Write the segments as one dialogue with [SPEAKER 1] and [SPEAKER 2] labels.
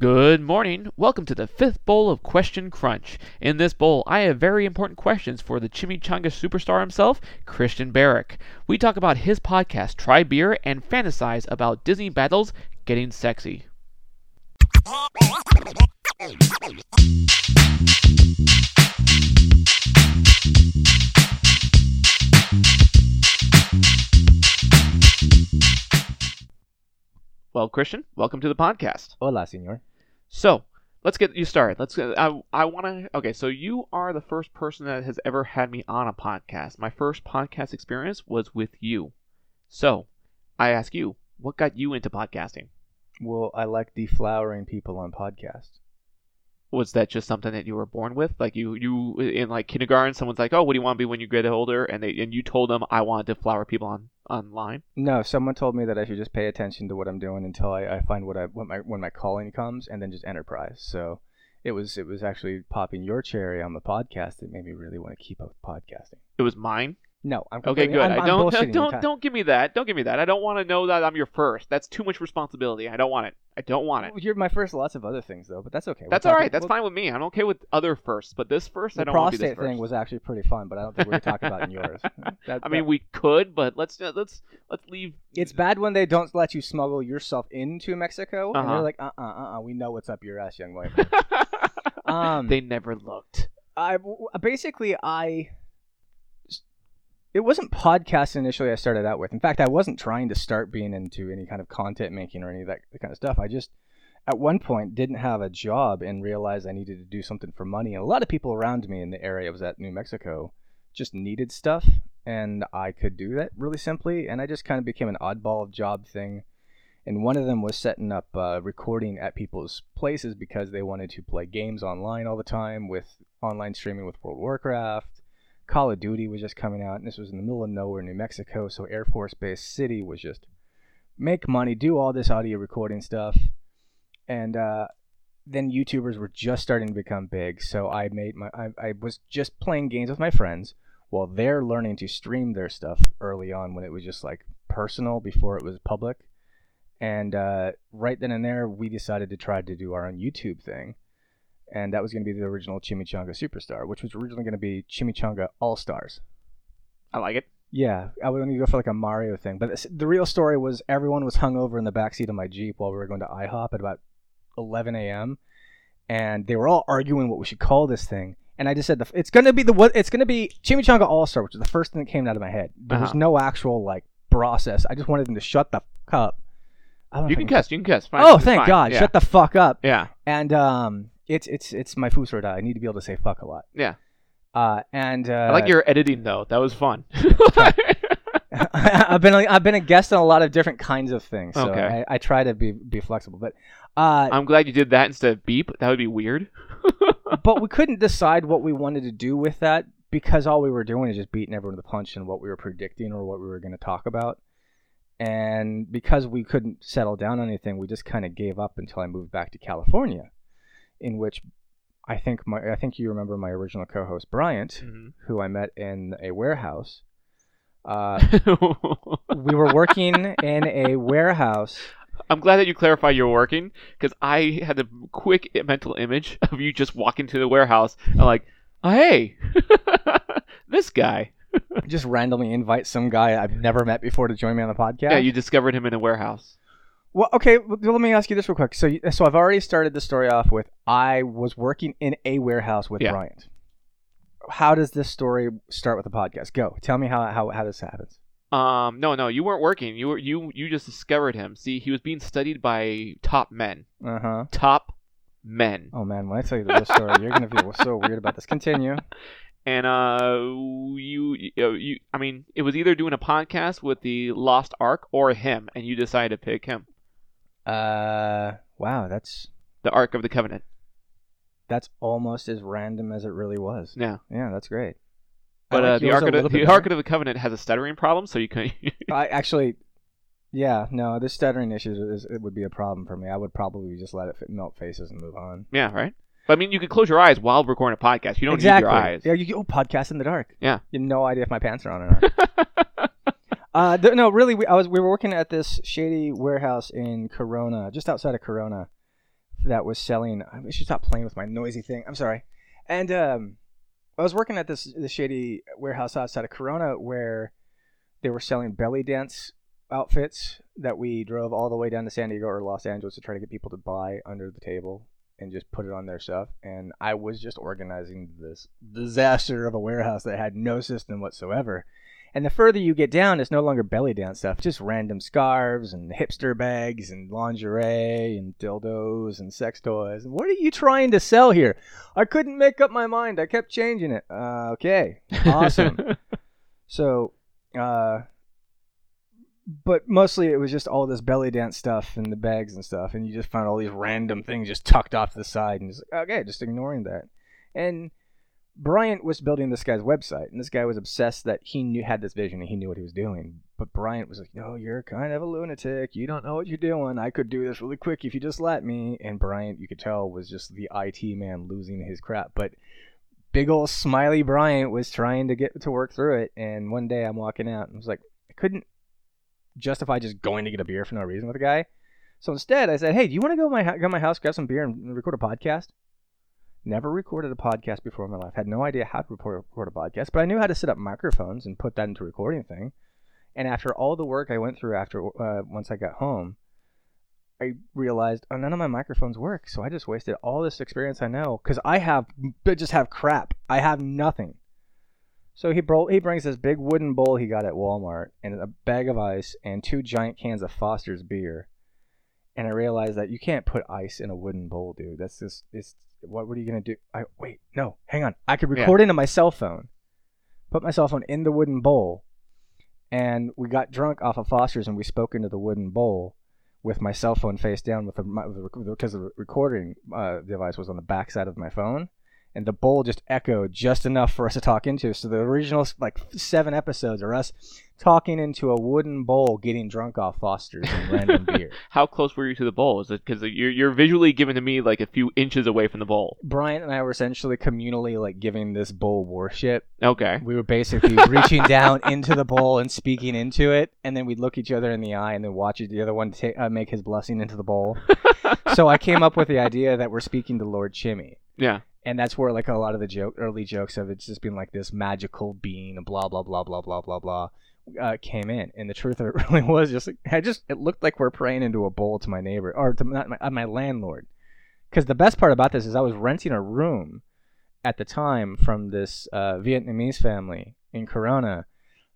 [SPEAKER 1] Good morning. Welcome to the fifth bowl of Question Crunch. In this bowl, I have very important questions for the chimichanga superstar himself, Christian Barrick. We talk about his podcast, Try Beer, and fantasize about Disney battles getting sexy. Well, Christian, welcome to the podcast.
[SPEAKER 2] Hola, señor.
[SPEAKER 1] So let's get you started. Let's. Get, I I want to. Okay, so you are the first person that has ever had me on a podcast. My first podcast experience was with you. So I ask you, what got you into podcasting?
[SPEAKER 2] Well, I like deflowering people on podcasts.
[SPEAKER 1] Was that just something that you were born with? Like you you in like kindergarten, someone's like, oh, what do you want to be when you get older? And they and you told them, I want to flower people on online.
[SPEAKER 2] No, someone told me that I should just pay attention to what I'm doing until I, I find what I when my when my calling comes, and then just enterprise. So it was it was actually popping your cherry on the podcast that made me really want to keep up with podcasting.
[SPEAKER 1] It was mine.
[SPEAKER 2] No, I'm
[SPEAKER 1] Okay,
[SPEAKER 2] completely-
[SPEAKER 1] good.
[SPEAKER 2] I'm,
[SPEAKER 1] I
[SPEAKER 2] I'm
[SPEAKER 1] don't
[SPEAKER 2] bullshitting you.
[SPEAKER 1] don't
[SPEAKER 2] Ti-
[SPEAKER 1] don't give me that. Don't give me that. I don't want to know that I'm your first. That's too much responsibility. I don't want it. I don't want it.
[SPEAKER 2] You're my first. Lots of other things though, but that's okay.
[SPEAKER 1] That's
[SPEAKER 2] all
[SPEAKER 1] all right. That's fine with me. I'm okay with other firsts, but this first, I
[SPEAKER 2] The
[SPEAKER 1] don't want to be
[SPEAKER 2] prostate
[SPEAKER 1] this first.
[SPEAKER 2] thing was actually pretty fun, but I don't think we're talking about in yours. That-
[SPEAKER 1] I mean,
[SPEAKER 2] that-
[SPEAKER 1] we could, but let's uh, let's let's leave.
[SPEAKER 2] it's bad when they don't let you smuggle yourself into Mexico, and
[SPEAKER 1] Uh-huh.
[SPEAKER 2] they're like, uh, uh, uh, uh, we know what's up your ass, young white. man." Um,
[SPEAKER 1] they never looked.
[SPEAKER 2] I w- basically I it wasn't podcasts initially I started out with. In fact, I wasn't trying to start being into any kind of content making or any of that kind of stuff. I just at one point didn't have a job and realized I needed to do something for money. And a lot of people around me in the area I was at New Mexico just needed stuff and I could do that really simply and I just kind of became an oddball job thing. And one of them was setting up uh, recording at people's places because they wanted to play games online all the time with online streaming with World of Warcraft. Call of Duty was just coming out, and this was in the middle of nowhere, New Mexico. So Air Force Base City was just make money, do all this audio recording stuff, and uh, then YouTubers were just starting to become big. So I made my I, I was just playing games with my friends while they're learning to stream their stuff early on when it was just like personal before it was public. And uh, right then and there, we decided to try to do our own YouTube thing and that was going to be the original Chimichanga Superstar, which was originally going to be Chimichanga All Stars.
[SPEAKER 1] I like it.
[SPEAKER 2] Yeah, I was going to go for like a Mario thing, but this- the real story was everyone was hungover in the backseat of my Jeep while we were going to IHOP at about 11 a.m. and they were all arguing what we should call this thing. And I just said the, f- it's going to be the what it's going to be Chimichanga All Star, which is the first thing that came out of my head. There was
[SPEAKER 1] Uh-huh.
[SPEAKER 2] no actual like process. I just wanted them to shut the fuck up. I don't
[SPEAKER 1] You
[SPEAKER 2] know
[SPEAKER 1] can
[SPEAKER 2] if I
[SPEAKER 1] cuss. You can cuss. Fine.
[SPEAKER 2] Oh,
[SPEAKER 1] It's
[SPEAKER 2] thank
[SPEAKER 1] fine.
[SPEAKER 2] God!
[SPEAKER 1] Yeah.
[SPEAKER 2] Shut the fuck up.
[SPEAKER 1] yeah.
[SPEAKER 2] And um, it's it's it's my food soda. I need to be able to say fuck a lot.
[SPEAKER 1] Yeah.
[SPEAKER 2] Uh, and uh,
[SPEAKER 1] I like your editing though. That was fun.
[SPEAKER 2] uh, I've been I've been a guest on a lot of different kinds of things, so
[SPEAKER 1] Okay.
[SPEAKER 2] I, I try to be be flexible. But uh,
[SPEAKER 1] I'm glad you did that instead of beep. That would be weird. Uh-huh.
[SPEAKER 2] but we couldn't decide what we wanted to do with that because all we were doing is just beating everyone to the punch and what we were predicting or what we were going to talk about. And because we couldn't settle down on anything, we just kind of gave up until I moved back to California, in which I think my I think you remember my original co-host Bryant,
[SPEAKER 1] Mhm.
[SPEAKER 2] who I met in a warehouse. Uh, we were working in a warehouse.
[SPEAKER 1] I'm glad that you clarify you're working because I had the quick i- mental image of you just walking to the warehouse and like, oh, hey, this guy.
[SPEAKER 2] Just randomly invite some guy I've never met before to join me on the podcast.
[SPEAKER 1] Yeah. you discovered him in a warehouse.
[SPEAKER 2] Well, okay. well, Let me ask you this real quick. So, you- so I've already started the story off with I was working in a warehouse with
[SPEAKER 1] Yeah.
[SPEAKER 2] Bryant. How does this story start with the podcast? Go. Tell me how how, how this happens.
[SPEAKER 1] Um, no, no, you weren't working. You were you you just discovered him. See, he was being studied by top men.
[SPEAKER 2] Uh huh.
[SPEAKER 1] Top men.
[SPEAKER 2] Oh man, when I tell you the real story, you're gonna feel so weird about this. Continue.
[SPEAKER 1] and uh, you, you, you, I mean, it was either doing a podcast with the Lost Ark or him, and you decided to pick him,
[SPEAKER 2] Uh, wow, that's
[SPEAKER 1] the Ark of the Covenant.
[SPEAKER 2] that's almost as random as it really was.
[SPEAKER 1] Yeah,
[SPEAKER 2] Yeah, that's great. I
[SPEAKER 1] but
[SPEAKER 2] like
[SPEAKER 1] uh, the
[SPEAKER 2] yours
[SPEAKER 1] Ark
[SPEAKER 2] a
[SPEAKER 1] of the,
[SPEAKER 2] little bit
[SPEAKER 1] the
[SPEAKER 2] better.
[SPEAKER 1] Ark of the Covenant has a stuttering problem, so you can.
[SPEAKER 2] I actually, yeah, no, this stuttering issue is it would be a problem for me. I would probably just let it f- melt faces and move on.
[SPEAKER 1] yeah, right. But I mean, you can close your eyes while recording a podcast. You don't
[SPEAKER 2] exactly.
[SPEAKER 1] need your eyes.
[SPEAKER 2] Yeah, you go podcast in the dark.
[SPEAKER 1] Yeah.
[SPEAKER 2] you have no idea if my pants are on or not. uh, th- no, really, we I was we were working at this shady warehouse in Corona, just outside of Corona. that was selling. I should stop playing with my noisy thing. I'm sorry. And um, I was working at this the shady warehouse outside of Corona where they were selling belly dance outfits that we drove all the way down to San Diego or Los Angeles to try to get people to buy under the table and just put it on their stuff. And I was just organizing this disaster of a warehouse that had no system whatsoever. And the further you get down, it's no longer belly dance stuff, just random scarves and hipster bags and lingerie and dildos and sex toys. And what are you trying to sell here? I couldn't make up my mind. I kept changing it. Uh, okay. Awesome. So, uh, but mostly it was just all this belly dance stuff and the bags and stuff, and you just found all these random things just tucked off to the side, and just like, okay, just ignoring that. And Bryant was building this guy's website, and this guy was obsessed that he knew had this vision and he knew what he was doing. But Bryant was like, "No, you're kind of a lunatic. You don't know what you're doing. I could do this really quick if you just let me." And Bryant, you could tell, was just the IT man losing his crap, but big old smiley Bryant was trying to get to work through it. And one day I'm walking out and I was like, I couldn't justify just going to get a beer for no reason with a guy. So instead, I said, Hey, do you want to go to my, hou- go to my house, grab some beer, and record a podcast? Never recorded a podcast before in my life. Had no idea how to record, record a podcast, but I knew how to set up microphones and put that into a recording thing. And after all the work I went through after uh, once I got home, I realized oh, none of my microphones work, so I just wasted all this experience I know because I have I just have crap. I have nothing. So he bro- he brings this big wooden bowl he got at Walmart and a bag of ice and two giant cans of Foster's beer. And I realized that you can't put ice in a wooden bowl, dude. That's just it's what what are you gonna do? I wait, no, hang on. I could
[SPEAKER 1] Yeah.
[SPEAKER 2] record into my cell phone. Put my cell phone in the wooden bowl. And we got drunk off of Foster's and we spoke into the wooden bowl with my cell phone face down with the because the recording uh, device was on the back side of my phone and the bowl just echoed just enough for us to talk into so the original like seven episodes are us talking into a wooden bowl getting drunk off fosters and random beer
[SPEAKER 1] How close were you to the bowl? Is it because you're you're visually given to me like a few inches away from the bowl?
[SPEAKER 2] brian and i were essentially communally like giving this bowl worship
[SPEAKER 1] Okay.
[SPEAKER 2] we were basically reaching down into the bowl and speaking into it and then we'd look each other in the eye and then watch the other one ta- uh, make his blessing into the bowl so i came up with the idea that we're speaking to lord chimmy
[SPEAKER 1] Yeah.
[SPEAKER 2] and that's where like a lot of the joke early jokes of it's just been like this magical being blah blah blah blah blah blah blah uh, came in and the truth of it really was just like i just it looked like we're praying into a bowl to my neighbor or to not my, uh, my landlord because the best part about this is i was renting a room at the time from this uh, vietnamese family in corona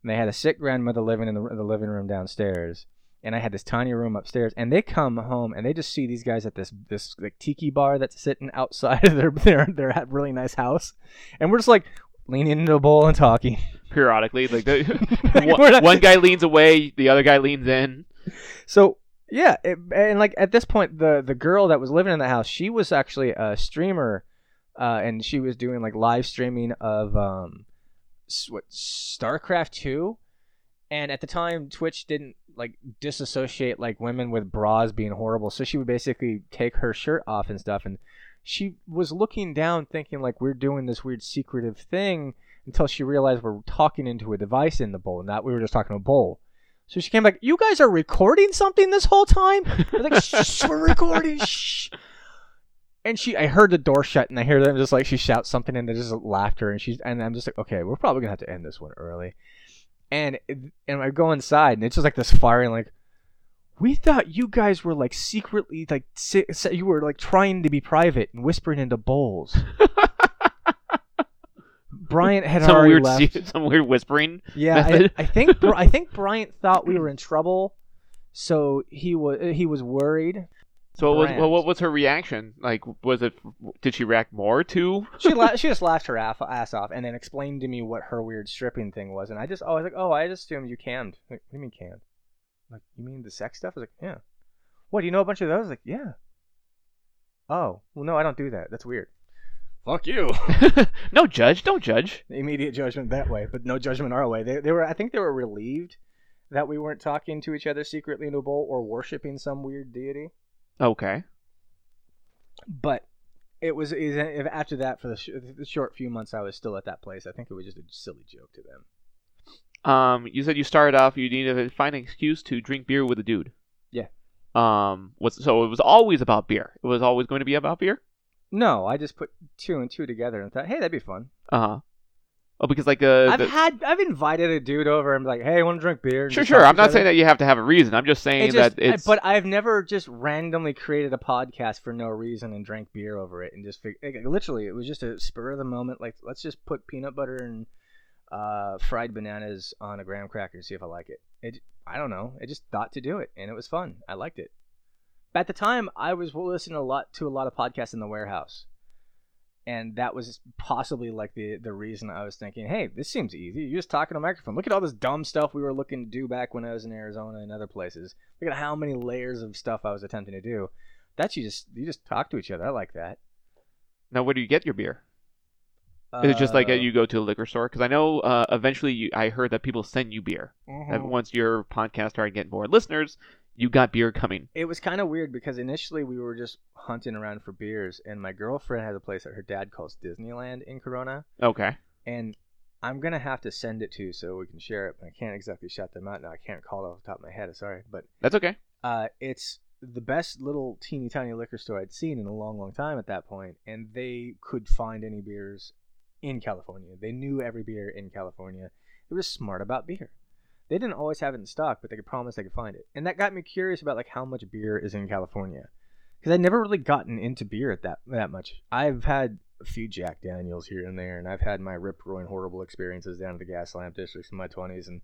[SPEAKER 2] and they had a sick grandmother living in the, the living room downstairs and I had this tiny room upstairs, and they come home and they just see these guys at this this like tiki bar that's sitting outside of their their their really nice house, and we're just like leaning into a bowl and talking.
[SPEAKER 1] Periodically, like the,
[SPEAKER 2] Like, we're
[SPEAKER 1] one,
[SPEAKER 2] not-
[SPEAKER 1] one guy leans away, the other guy leans in.
[SPEAKER 2] So yeah, it, and like at this point, the the girl that was living in the house, she was actually a streamer, uh, and she was doing like live streaming of um, s- what StarCraft two, and at the time Twitch didn't like disassociate like women with bras being horrible, so she would basically take her shirt off and stuff, and she was looking down, thinking like we're doing this weird secretive thing, until she realized we're talking into a device in the bowl, not we were just talking to a bowl. So she came back. You guys are recording something this whole time? I was like, shh, we're recording. Shh. And she, I heard the door shut, and I hear them just like she shouts something, and there's just laughter, and she's, and I'm just like, okay, we're probably gonna have to end this one early. And and I go inside, and it's just like this firing, like, we thought you guys were like secretly like si- si- you were like trying to be private and whispering into bowls. Bryant had
[SPEAKER 1] Some
[SPEAKER 2] already
[SPEAKER 1] weird,
[SPEAKER 2] left.
[SPEAKER 1] se- some weird whispering.
[SPEAKER 2] Yeah, I,
[SPEAKER 1] method.
[SPEAKER 2] I think Br- I think Bryant thought we were in trouble, so he was he was worried.
[SPEAKER 1] So what was,
[SPEAKER 2] Brand.
[SPEAKER 1] well, what was her reaction? Like, was it? Did she react more to?
[SPEAKER 2] She la- she just laughed her aff- ass off and then explained to me what her weird stripping thing was, and I just oh I was like oh I just assumed you canned. Like, what do you mean canned? Like you mean the sex stuff? I was like yeah. What do you know a bunch of those? Like yeah. Oh well no I don't do that. That's weird. Fuck you.
[SPEAKER 1] no, judge. Don't judge.
[SPEAKER 2] immediate judgment that way, but no judgment our way. They, they were, I think, they were relieved that we weren't talking to each other secretly in a bowl or worshiping some weird deity.
[SPEAKER 1] Okay.
[SPEAKER 2] But it was, is after that for the, sh- the short few months I was still at that place. I think it was just a silly joke to them.
[SPEAKER 1] Um, you said you started off. You needed to find an excuse to drink beer with a dude.
[SPEAKER 2] Yeah.
[SPEAKER 1] Um, was so it was always about beer. It was always going to be about beer.
[SPEAKER 2] No, I just put two and two together and thought, hey, that'd be fun.
[SPEAKER 1] Uh huh. Oh, because like uh,
[SPEAKER 2] I've
[SPEAKER 1] the-
[SPEAKER 2] had, I've invited a dude over and be like, hey, want to drink beer? and
[SPEAKER 1] sure,
[SPEAKER 2] just
[SPEAKER 1] sure.
[SPEAKER 2] talk to
[SPEAKER 1] I'm
[SPEAKER 2] each
[SPEAKER 1] not
[SPEAKER 2] other.
[SPEAKER 1] saying that you have to have a reason. I'm just saying
[SPEAKER 2] It just,
[SPEAKER 1] that it's.
[SPEAKER 2] but I've never just randomly created a podcast for no reason and drank beer over it and just fig- like, literally it was just a spur of the moment like let's just put peanut butter and uh, fried bananas on a graham cracker and see if I like it. It I don't know. I just thought to do it and it was fun. I liked it. At the time, I was listening a lot to a lot of podcasts in the warehouse, and that was possibly like the the reason I was thinking, hey, this seems easy. You're just talking to a microphone. Look at all this dumb stuff we were looking to do back when I was in Arizona and other places. Look at how many layers of stuff I was attempting to do. That's you just you just talk to each other. I like that.
[SPEAKER 1] now, where do you get your beer? Is it just like uh,
[SPEAKER 2] Uh,
[SPEAKER 1] you go to a liquor store? Because I know uh, eventually you, I heard that people send you beer.
[SPEAKER 2] mhm.
[SPEAKER 1] That once your podcast started getting more listeners, you got beer coming.
[SPEAKER 2] it was kind of weird because initially we were just hunting around for beers, and my girlfriend has a place that her dad calls Disneyland in Corona,
[SPEAKER 1] Okay.
[SPEAKER 2] and I'm gonna have to send it to you so we can share it. But I can't exactly shout them out now. I can't call it off the top of my head. Sorry, but
[SPEAKER 1] That's okay.
[SPEAKER 2] uh, it's the best little teeny tiny liquor store I'd seen in a long, long time at that point, and they could find any beers in California. They knew every beer in California. They were smart about beer. They didn't always have it in stock, but they could promise they could find it, and that got me curious about like how much beer is in California, because I'd never really gotten into beer at that that much. I've had a few Jack Daniels here and there, and I've had my rip roaring horrible experiences down at the gas lamp districts in my twenties, and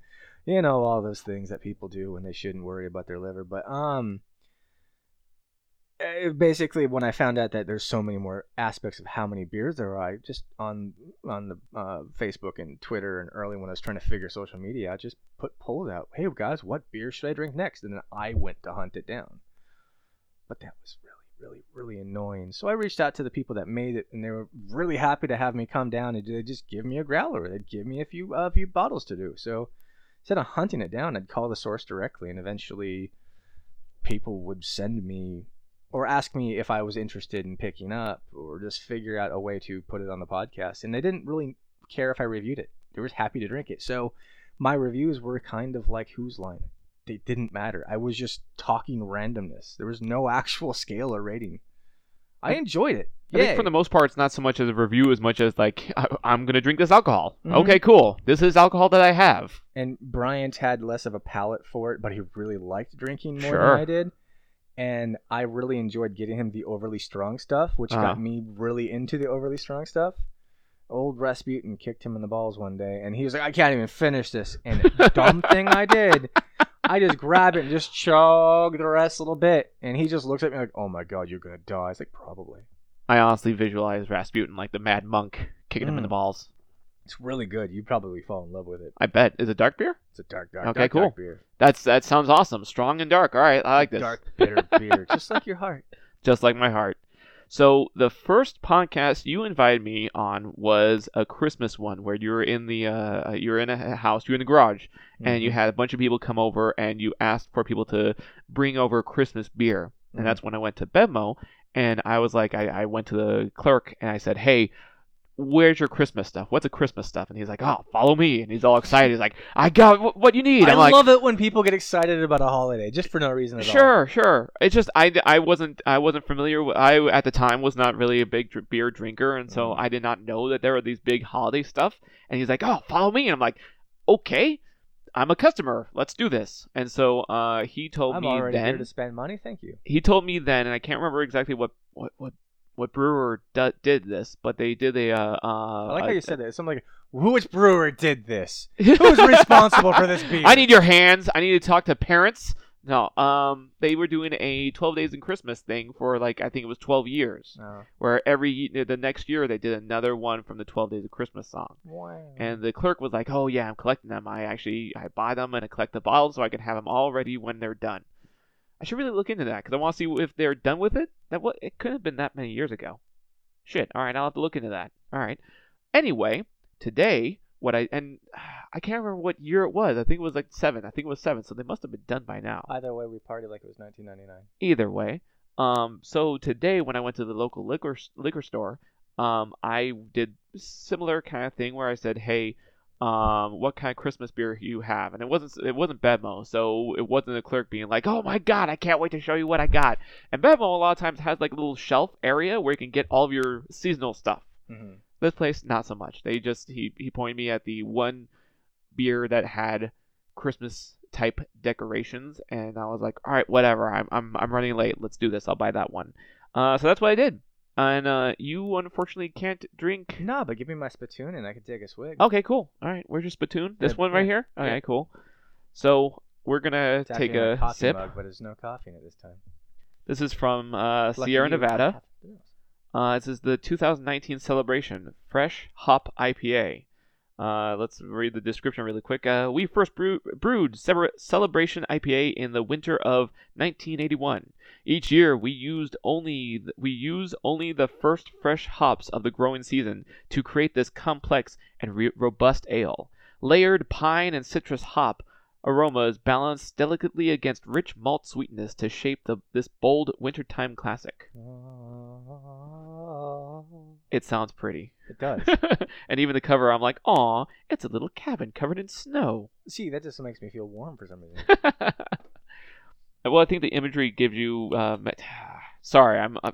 [SPEAKER 2] you know all those things that people do when they shouldn't worry about their liver but um eh, basically when i found out that there's so many more aspects of how many beers there are i just on on the uh, facebook and twitter and early when i was trying to figure social media i just put polls out hey guys what beer should i drink next and then i went to hunt it down but that was really really really annoying so i reached out to the people that made it and they were really happy to have me come down and they just give me a growler they'd give me a few uh, a few bottles to do so instead of hunting it down, I'd call the source directly, and eventually people would send me or ask me if I was interested in picking up or just figure out a way to put it on the podcast. And they didn't really care if I reviewed it, they were just happy to drink it. So my reviews were kind of like Who's Line. They didn't matter. I was just talking randomness. There was no actual scale or rating. I enjoyed it.
[SPEAKER 1] I think
[SPEAKER 2] Yay.
[SPEAKER 1] for the most part, it's not so much as a review as much as like I, I'm gonna drink this alcohol.
[SPEAKER 2] Mhm.
[SPEAKER 1] Okay, cool. This is alcohol that I have.
[SPEAKER 2] and Bryant had less of a palate for it, but he really liked drinking more
[SPEAKER 1] Sure.
[SPEAKER 2] than I did. And I really enjoyed getting him the overly strong stuff, which
[SPEAKER 1] Uh-huh.
[SPEAKER 2] got me really into the overly strong stuff. Old Rasputin kicked him in the balls one day, and he was like, "I can't even finish this." And dumb thing I did, I just grabbed it and just chugged the rest a little bit, and he just looks at me like, "Oh my god, you're gonna die." I was like, "Probably."
[SPEAKER 1] I honestly visualize Rasputin like the mad monk kicking him in
[SPEAKER 2] Mm.
[SPEAKER 1] the balls.
[SPEAKER 2] It's really good. You probably fall in love with it.
[SPEAKER 1] I bet. Is it dark beer?
[SPEAKER 2] It's a dark, dark,
[SPEAKER 1] Okay,
[SPEAKER 2] dark,
[SPEAKER 1] cool.
[SPEAKER 2] dark beer.
[SPEAKER 1] That's that sounds awesome. Strong and dark. All right, I like this.
[SPEAKER 2] Dark bitter beer, just like your heart.
[SPEAKER 1] just like my heart. So the first podcast you invited me on was a Christmas one where you were in the uh, you were in a house, you were in the garage, and
[SPEAKER 2] Mm-hmm.
[SPEAKER 1] you had a bunch of people come over and you asked for people to bring over Christmas beer. And that's
[SPEAKER 2] Mm-hmm.
[SPEAKER 1] when I went to Bedmo and I was like, I, I went to the clerk and I said, hey. Where's your Christmas stuff? What's a Christmas stuff? And he's like, "Oh, follow me!" And he's all excited. He's like, "I got wh- what you need."
[SPEAKER 2] I
[SPEAKER 1] I'm like,
[SPEAKER 2] love it when people get excited about a holiday just for no reason at all.
[SPEAKER 1] Sure, sure. It's just I, I wasn't I wasn't familiar. With, I at the time was not really a big dr- beer drinker, and so
[SPEAKER 2] Mhm.
[SPEAKER 1] I did not know that there were these big holiday stuff. And he's like, "Oh, follow me," and I'm like, "Okay, I'm a customer. Let's do this." And so uh, he told
[SPEAKER 2] I'm
[SPEAKER 1] me
[SPEAKER 2] already
[SPEAKER 1] then
[SPEAKER 2] here to spend money. Thank you.
[SPEAKER 1] he told me then, and I can't remember exactly what what what, what brewer d- did this, but they did a. Uh, uh,
[SPEAKER 2] I like how
[SPEAKER 1] a-
[SPEAKER 2] you said that. Something like, which brewer did this? Who's responsible for this beer?
[SPEAKER 1] I need your hands. I need to talk to parents. No, um, they were doing a 12 days in Christmas thing for like I think it was 12 years,
[SPEAKER 2] Oh.
[SPEAKER 1] where every the next year they did another one from the 12 days of Christmas song.
[SPEAKER 2] Wow.
[SPEAKER 1] And the clerk was like, "Oh yeah, I'm collecting them. I actually I buy them and I collect the bottles so I can have them all ready when they're done." I should really look into that because I want to see if they're done with it. That what it couldn't have been that many years ago. Shit. All right, I'll have to look into that. All right. Anyway, today what I and I can't remember what year it was. I think it was like seven. I think it was seven. So they must have been done by now.
[SPEAKER 2] Either way, we party like it was 1999.
[SPEAKER 1] Either way, um, so today when I went to the local liquor liquor store, um, I did similar kind of thing where I said, "Hey, um, what kind of Christmas beer you have, and it wasn't it wasn't Bedmo, so it wasn't the clerk being like, "Oh my God, I can't wait to show you what I got." And Bedmo a lot of times has like a little shelf area where you can get all of your seasonal stuff.
[SPEAKER 2] hmm
[SPEAKER 1] This place, not so much. They just he he pointed me at the one beer that had Christmas type decorations, and I was like, all right, whatever. I'm I'm I'm running late. Let's do this. I'll buy that one. Uh, so that's what I did. And uh, you unfortunately can't drink.
[SPEAKER 2] No, but give me my spittoon and I could take a swig.
[SPEAKER 1] Okay, cool. All right, where's your spittoon? This
[SPEAKER 2] Yeah,
[SPEAKER 1] one right
[SPEAKER 2] yeah,
[SPEAKER 1] here. Okay,
[SPEAKER 2] yeah.
[SPEAKER 1] cool. So we're gonna
[SPEAKER 2] It's actually
[SPEAKER 1] take
[SPEAKER 2] in
[SPEAKER 1] a,
[SPEAKER 2] coffee
[SPEAKER 1] sip.
[SPEAKER 2] mug, but there's no coffee in it this time.
[SPEAKER 1] This is from uh,
[SPEAKER 2] Lucky
[SPEAKER 1] Sierra
[SPEAKER 2] you.
[SPEAKER 1] Nevada. Uh, this is the 2019 celebration fresh hop IPA. Uh, let's read the description really quick. Uh, we first brew- brewed Cebra- Celebration IPA in the winter of 1981. Each year, we used only th- we use only the first fresh hops of the growing season to create this complex and re- robust ale. Layered pine and citrus hop aromas balance delicately against rich malt sweetness to shape the, this bold wintertime classic. It sounds pretty.
[SPEAKER 2] It does.
[SPEAKER 1] and even the cover, I'm like, aw, it's a little cabin covered in snow.
[SPEAKER 2] See, that just makes me feel warm for some reason.
[SPEAKER 1] well, I think the imagery gives you. Um, sorry, I'm. Uh,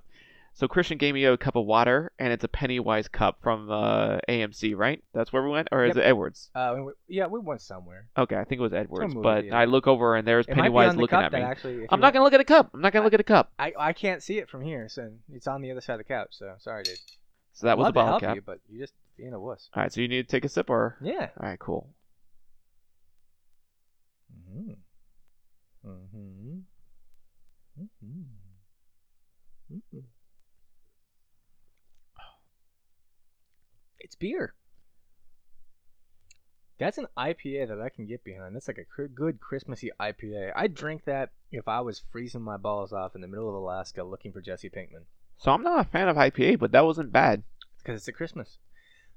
[SPEAKER 1] so Christian gave me a cup of water, and it's a Pennywise cup from uh, AMC, right? That's where we went, or is
[SPEAKER 2] Yep.
[SPEAKER 1] it Edwards?
[SPEAKER 2] Uh, we- yeah, we went somewhere.
[SPEAKER 1] Okay, I think it was Edwards.
[SPEAKER 2] movie
[SPEAKER 1] But
[SPEAKER 2] theater.
[SPEAKER 1] I look over, and there's
[SPEAKER 2] It might be
[SPEAKER 1] Pennywise
[SPEAKER 2] on the
[SPEAKER 1] looking
[SPEAKER 2] cup
[SPEAKER 1] at me.
[SPEAKER 2] that actually. if
[SPEAKER 1] I'm not
[SPEAKER 2] you want-
[SPEAKER 1] gonna look at a cup. I'm not gonna look at a cup.
[SPEAKER 2] I, I can't see it from here, so it's on the other side of the couch. So sorry, dude.
[SPEAKER 1] So that was a
[SPEAKER 2] Love to
[SPEAKER 1] bottle
[SPEAKER 2] help
[SPEAKER 1] cap.
[SPEAKER 2] you, but you're just being a wuss.
[SPEAKER 1] All right, so you need to take a sip, or
[SPEAKER 2] Yeah.
[SPEAKER 1] all right, cool.
[SPEAKER 2] Mm-hmm. Mm-hmm. Mm-hmm. Mm-hmm. It's beer. That's an IPA that I can get behind. That's like a cr- good Christmassy IPA. I'd drink that if I was freezing my balls off in the middle of Alaska looking for Jesse Pinkman.
[SPEAKER 1] So I'm not a fan of IPA, but that wasn't bad.
[SPEAKER 2] Because it's a Christmas.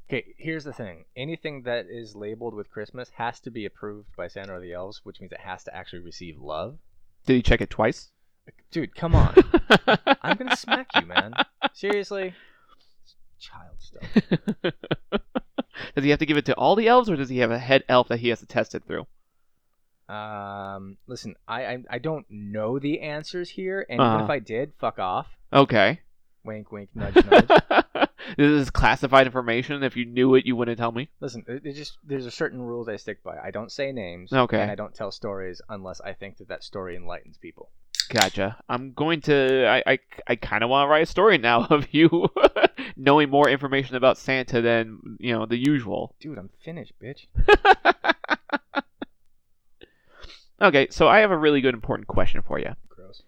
[SPEAKER 2] Okay, here's the thing. Anything that is labeled with Christmas has to be approved by Santa or the elves, which means it has to actually receive love.
[SPEAKER 1] Did he check it twice?
[SPEAKER 2] Dude, come on. I'm gonna smack you, man. Seriously. Child stuff.
[SPEAKER 1] does he have to give it to all the elves, or does he have a head elf that he has to test it through?
[SPEAKER 2] Um, listen, I, I I don't know the answers here, and
[SPEAKER 1] Uh-huh.
[SPEAKER 2] even if I did, fuck off.
[SPEAKER 1] Okay.
[SPEAKER 2] Wink, wink, nudge, nudge.
[SPEAKER 1] this is classified information. If you knew it, you wouldn't tell me.
[SPEAKER 2] listen, it, it just there's a certain rules I stick by. I don't say names,
[SPEAKER 1] Okay.
[SPEAKER 2] and I don't tell stories unless I think that that story enlightens people.
[SPEAKER 1] Gotcha. I'm going to. I I, I kind of want to write a story now of you knowing more information about Santa than you know the usual.
[SPEAKER 2] Dude, I'm finished, bitch.
[SPEAKER 1] okay, so I have a really good important question for you.
[SPEAKER 2] Gross.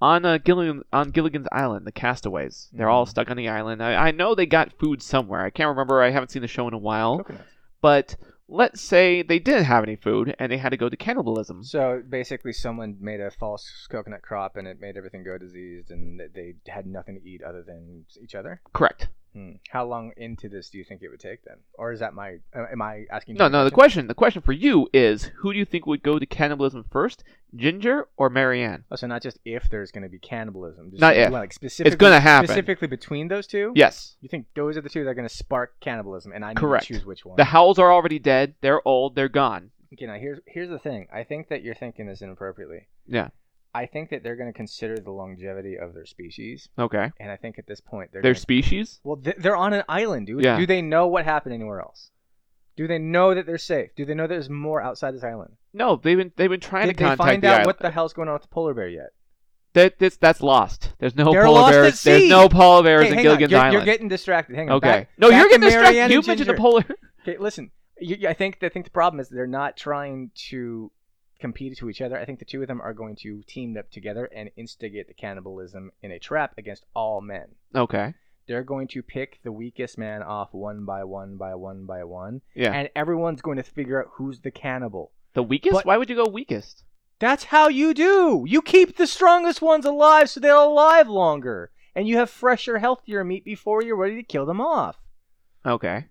[SPEAKER 1] on uh, Gilligan on Gilligan's Island, the castaways. They're all
[SPEAKER 2] Mhm.
[SPEAKER 1] stuck on the island. I, I know they got food somewhere. I can't remember. I haven't seen the show in a while.
[SPEAKER 2] Coconut.
[SPEAKER 1] But let's say they didn't have any food and they had to go to cannibalism.
[SPEAKER 2] So basically, someone made a false coconut crop, and it made everything go diseased, and that they had nothing to eat other than each other.
[SPEAKER 1] Correct.
[SPEAKER 2] Hmm. How long into this do you think it would take then? Or is that my? uh, am- Am I asking?
[SPEAKER 1] No,
[SPEAKER 2] you a
[SPEAKER 1] no. The question, the question for you is, who do you think would go to cannibalism first, Ginger or Marianne?
[SPEAKER 2] Oh, so not just if there's going to be cannibalism. Just
[SPEAKER 1] Not if.
[SPEAKER 2] Like specifically,
[SPEAKER 1] gonna happen.
[SPEAKER 2] Specifically between those two.
[SPEAKER 1] Yes.
[SPEAKER 2] You think those are the two that are going to spark cannibalism, and I need
[SPEAKER 1] Correct.
[SPEAKER 2] to choose which one.
[SPEAKER 1] The Howls are already dead. They're old. They're gone.
[SPEAKER 2] okay, now here's here's the thing. I think that you're thinking this inappropriately.
[SPEAKER 1] Yeah.
[SPEAKER 2] I think that they're going to consider the longevity of their species,
[SPEAKER 1] Okay.
[SPEAKER 2] and I think at this point they're
[SPEAKER 1] Their
[SPEAKER 2] gonna-
[SPEAKER 1] species.
[SPEAKER 2] Well, th- they're on an island, dude.
[SPEAKER 1] Yeah.
[SPEAKER 2] Do they know what happened anywhere else? Do they know that they're safe? Do they know there's more outside this island?
[SPEAKER 1] No, they've been they've been trying
[SPEAKER 2] Did
[SPEAKER 1] to
[SPEAKER 2] they
[SPEAKER 1] contact
[SPEAKER 2] find
[SPEAKER 1] the
[SPEAKER 2] out
[SPEAKER 1] island.
[SPEAKER 2] what the hell's going on with the polar bear yet?
[SPEAKER 1] That that's, that's lost. There's no
[SPEAKER 2] They're
[SPEAKER 1] polar
[SPEAKER 2] lost at
[SPEAKER 1] bears. There's
[SPEAKER 2] sea.
[SPEAKER 1] no polar bears
[SPEAKER 2] Hey,
[SPEAKER 1] in
[SPEAKER 2] hang on.
[SPEAKER 1] Gilligan's
[SPEAKER 2] You're,
[SPEAKER 1] Island.
[SPEAKER 2] you're getting distracted. Hang on.
[SPEAKER 1] okay.
[SPEAKER 2] Back-
[SPEAKER 1] no,
[SPEAKER 2] back
[SPEAKER 1] you're
[SPEAKER 2] to
[SPEAKER 1] getting distracted.
[SPEAKER 2] Marianne
[SPEAKER 1] You
[SPEAKER 2] and
[SPEAKER 1] mentioned the
[SPEAKER 2] Ginger.
[SPEAKER 1] polar.
[SPEAKER 2] Okay, listen. You, you- I think I think the problem is they're not trying to compete to each other. I think the two of them are going to team up together and instigate the cannibalism in a trap against all men.
[SPEAKER 1] Okay.
[SPEAKER 2] They're going to pick the weakest man off one by one by one by one,
[SPEAKER 1] Yeah.
[SPEAKER 2] and everyone's going to figure out who's the cannibal.
[SPEAKER 1] the weakest?
[SPEAKER 2] but-
[SPEAKER 1] Why would you go weakest?
[SPEAKER 2] That's how you do. You keep the strongest ones alive so they're alive longer, and you have fresher, healthier meat before you're ready to kill them off.
[SPEAKER 1] Okay.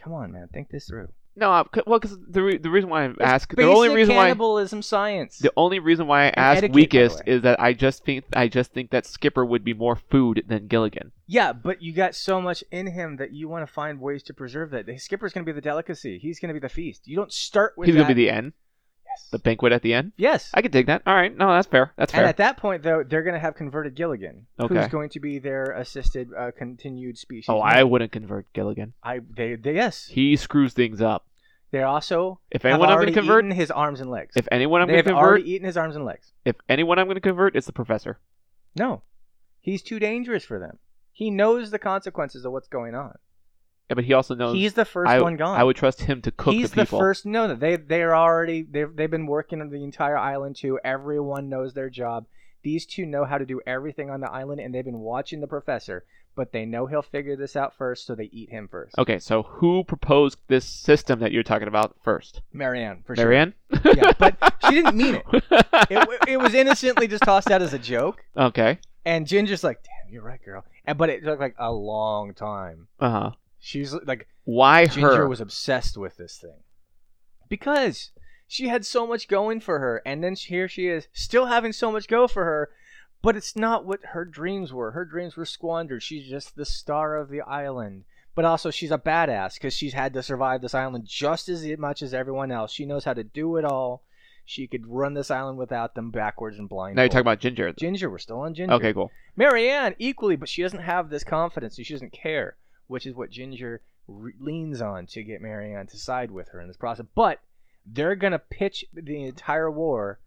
[SPEAKER 2] Come on, man, think this through.
[SPEAKER 1] No, I, c- well, because the, re- the reason why I ask the
[SPEAKER 2] Basic
[SPEAKER 1] only reason why
[SPEAKER 2] cannibalism science.
[SPEAKER 1] the only reason why I ask
[SPEAKER 2] etiquette, by the
[SPEAKER 1] weakest
[SPEAKER 2] way.
[SPEAKER 1] is that I just think I just think that Skipper would be more food than Gilligan.
[SPEAKER 2] Yeah, but you got so much in him that you want to find ways to preserve that. The skipper's going to be the delicacy. He's going to be the feast. You don't start with
[SPEAKER 1] He's
[SPEAKER 2] that.
[SPEAKER 1] gonna be the end,
[SPEAKER 2] yes.
[SPEAKER 1] the banquet at the end.
[SPEAKER 2] yes.
[SPEAKER 1] I could dig that. All right, no, that's fair. That's
[SPEAKER 2] and
[SPEAKER 1] fair.
[SPEAKER 2] at that point, though, they're going to have converted Gilligan, who's
[SPEAKER 1] Okay.
[SPEAKER 2] going to be their assisted uh, continued species.
[SPEAKER 1] Oh, I wouldn't convert Gilligan.
[SPEAKER 2] I, they, they, yes,
[SPEAKER 1] He screws things up.
[SPEAKER 2] they also
[SPEAKER 1] If
[SPEAKER 2] have
[SPEAKER 1] anyone I'm
[SPEAKER 2] already
[SPEAKER 1] gonna convert,
[SPEAKER 2] eaten his arms and legs.
[SPEAKER 1] if anyone I'm
[SPEAKER 2] They've
[SPEAKER 1] gonna convert,
[SPEAKER 2] already eaten his arms and legs.
[SPEAKER 1] if anyone I'm gonna convert, it's the professor.
[SPEAKER 2] No, he's too dangerous for them. He knows the consequences of what's going on.
[SPEAKER 1] Yeah, but he also knows
[SPEAKER 2] he's the first
[SPEAKER 1] I,
[SPEAKER 2] one gone.
[SPEAKER 1] I would trust him to cook
[SPEAKER 2] He's
[SPEAKER 1] the people.
[SPEAKER 2] first. No, no, they they are already they've they've been working on the entire island too. Everyone knows their job. These two know how to do everything on the island, and they've been watching the professor. But they know he'll figure this out first, so they eat him first.
[SPEAKER 1] Okay, so who proposed this system that you're talking about first?
[SPEAKER 2] Marianne, for
[SPEAKER 1] Marianne?
[SPEAKER 2] sure. yeah, but she didn't mean it. It, w- it was innocently just tossed out as a joke,
[SPEAKER 1] okay.
[SPEAKER 2] and Ginger's like, "Damn, you're right, girl." And but it took like a long time.
[SPEAKER 1] Uh huh.
[SPEAKER 2] She's like,
[SPEAKER 1] Why
[SPEAKER 2] Ginger
[SPEAKER 1] her?
[SPEAKER 2] was obsessed with this thing because she had so much going for her, and then here she is, still having so much go for her, but it's not what her dreams were. Her dreams were squandered. She's just the star of the island, but also she's a badass because she's had to survive this island just as much as everyone else. She knows how to do it all. She could run this island without them backwards and blind.
[SPEAKER 1] now you're talking about Ginger.
[SPEAKER 2] Ginger. We're still on Ginger.
[SPEAKER 1] Okay, cool.
[SPEAKER 2] Marianne equally, but she doesn't have this confidence. So she doesn't care, which is what Ginger re- leans on to get Marianne to side with her in this process. But they're gonna pitch the entire war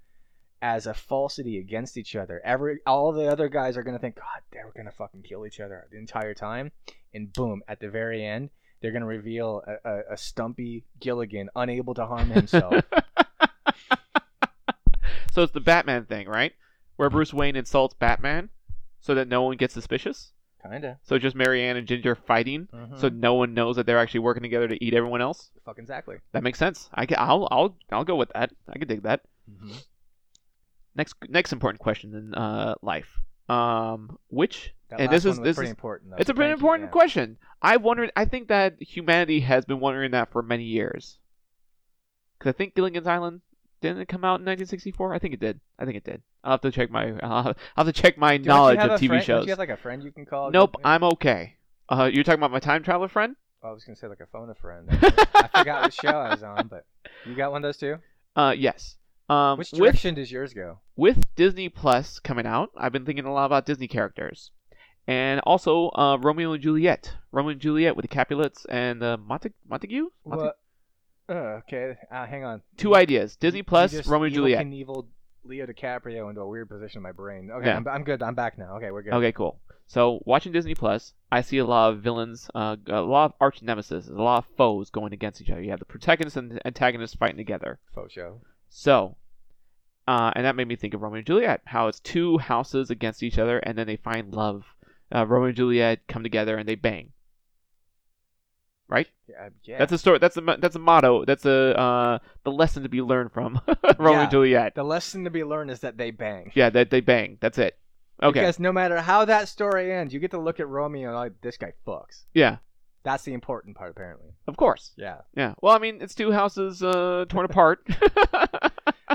[SPEAKER 2] as a falsity against each other. Every all the other guys are gonna think, God, they're gonna fucking kill each other the entire time, and boom, at the very end, they're gonna reveal a, a, a stumpy Gilligan unable to harm himself.
[SPEAKER 1] So it's the Batman thing, right? Where Bruce Wayne insults Batman so that no one gets suspicious.
[SPEAKER 2] Kinda.
[SPEAKER 1] So just Marianne and Ginger fighting
[SPEAKER 2] Mhm.
[SPEAKER 1] so no one knows that they're actually working together to eat everyone else.
[SPEAKER 2] fucking exactly.
[SPEAKER 1] That makes sense. I ca- I'll I'll I'll go with that. I can dig that. Next next important question in uh life. Um which
[SPEAKER 2] That
[SPEAKER 1] And
[SPEAKER 2] last
[SPEAKER 1] this
[SPEAKER 2] one
[SPEAKER 1] is-
[SPEAKER 2] was
[SPEAKER 1] this
[SPEAKER 2] pretty
[SPEAKER 1] is-
[SPEAKER 2] important. Though,
[SPEAKER 1] it's a
[SPEAKER 2] so
[SPEAKER 1] pretty
[SPEAKER 2] thank you,
[SPEAKER 1] important
[SPEAKER 2] yeah.
[SPEAKER 1] question. I've wondered I think that humanity has been wondering that for many years. Cuz I think Gilligan's Island didn't it come out in 1964? I think it did. I think it did. I'll have to check my I'll have to check my
[SPEAKER 2] Don't you
[SPEAKER 1] knowledge
[SPEAKER 2] have
[SPEAKER 1] of
[SPEAKER 2] a
[SPEAKER 1] TV
[SPEAKER 2] friend- Don't
[SPEAKER 1] shows.
[SPEAKER 2] you have like a friend you can call?
[SPEAKER 1] nope, I'm okay. Uh you're talking about my time traveler friend?
[SPEAKER 2] I was gonna say like a phone a friend. I forgot what show I was on, but you got one of those too.
[SPEAKER 1] Uh yes. Um
[SPEAKER 2] Which
[SPEAKER 1] with
[SPEAKER 2] direction does yours go?
[SPEAKER 1] with Disney Plus coming out, I've been thinking a lot about Disney characters, and also uh, Romeo and Juliet. Romeo and Juliet with the Capulets and uh, Montague. Montague. Montague?
[SPEAKER 2] Well, uh, okay, uh, hang on.
[SPEAKER 1] Two ideas: Disney Plus,
[SPEAKER 2] You just
[SPEAKER 1] Romeo and
[SPEAKER 2] evil
[SPEAKER 1] Juliet.
[SPEAKER 2] Knieveled Leo DiCaprio into a weird position in my brain. Okay,
[SPEAKER 1] Yeah.
[SPEAKER 2] I'm, I'm good. I'm back now. Okay, we're good.
[SPEAKER 1] Okay, cool. So watching Disney Plus, I see a lot of villains, uh, a lot of arch nemesis, a lot of foes going against each other. You have the protagonist and the antagonist fighting together.
[SPEAKER 2] Faux show.
[SPEAKER 1] So, uh, and that made me think of Romeo and Juliet, how it's two houses against each other, and then they find love. Uh, Romeo and Juliet come together and they bang. Right?
[SPEAKER 2] Yeah, yeah.
[SPEAKER 1] That's a story. That's a mo- that's a motto. That's a uh, the lesson to be learned from Romeo
[SPEAKER 2] Yeah.
[SPEAKER 1] and Juliet.
[SPEAKER 2] the lesson to be learned is that they bang.
[SPEAKER 1] Yeah, that they bang. That's it. Okay.
[SPEAKER 2] Because no matter how that story ends, you get to look at Romeo and like this guy fucks.
[SPEAKER 1] Yeah.
[SPEAKER 2] That's the important part, apparently.
[SPEAKER 1] Of course.
[SPEAKER 2] Yeah.
[SPEAKER 1] Yeah. Well, I mean, it's two houses uh, torn apart.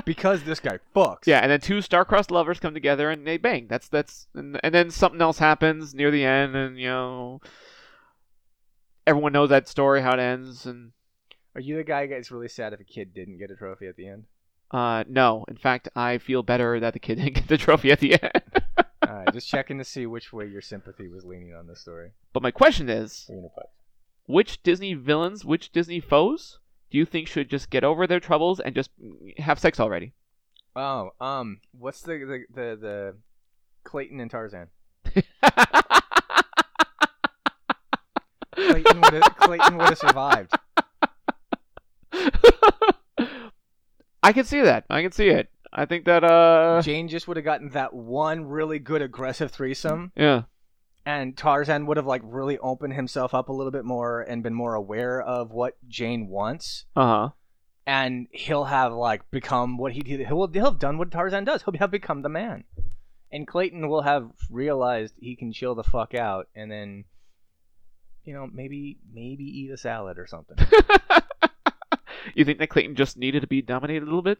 [SPEAKER 2] because this guy fucks.
[SPEAKER 1] Yeah, and then two star-crossed lovers come together and they bang. That's that's and, and then something else happens near the end, and you know, everyone knows that story how it ends. And
[SPEAKER 2] Are you the guy that gets really sad if a kid didn't get a trophy at the end?
[SPEAKER 1] uh, no, in fact, I feel better that the kid didn't get the trophy at the end.
[SPEAKER 2] All right, just checking to see which way your sympathy was leaning on this story.
[SPEAKER 1] but my question is,
[SPEAKER 2] We're gonna put-
[SPEAKER 1] which Disney villains, which Disney foes, do you think should just get over their troubles and just have sex already?
[SPEAKER 2] Oh, um, what's the the the, the Clayton and Tarzan? Clayton would have Clayton would have survived.
[SPEAKER 1] I can see that. I can see it. I think that uh,
[SPEAKER 2] Jane just would have gotten that one really good aggressive threesome,
[SPEAKER 1] yeah.
[SPEAKER 2] and Tarzan would have like really opened himself up a little bit more and been more aware of what Jane wants.
[SPEAKER 1] Uh huh.
[SPEAKER 2] and he'll have like become what he he'll he'll have done what Tarzan does. He'll have become the man, and Clayton will have realized he can chill the fuck out, and then, you know, maybe maybe eat a salad or something.
[SPEAKER 1] You think that Clayton just needed to be dominated a little bit?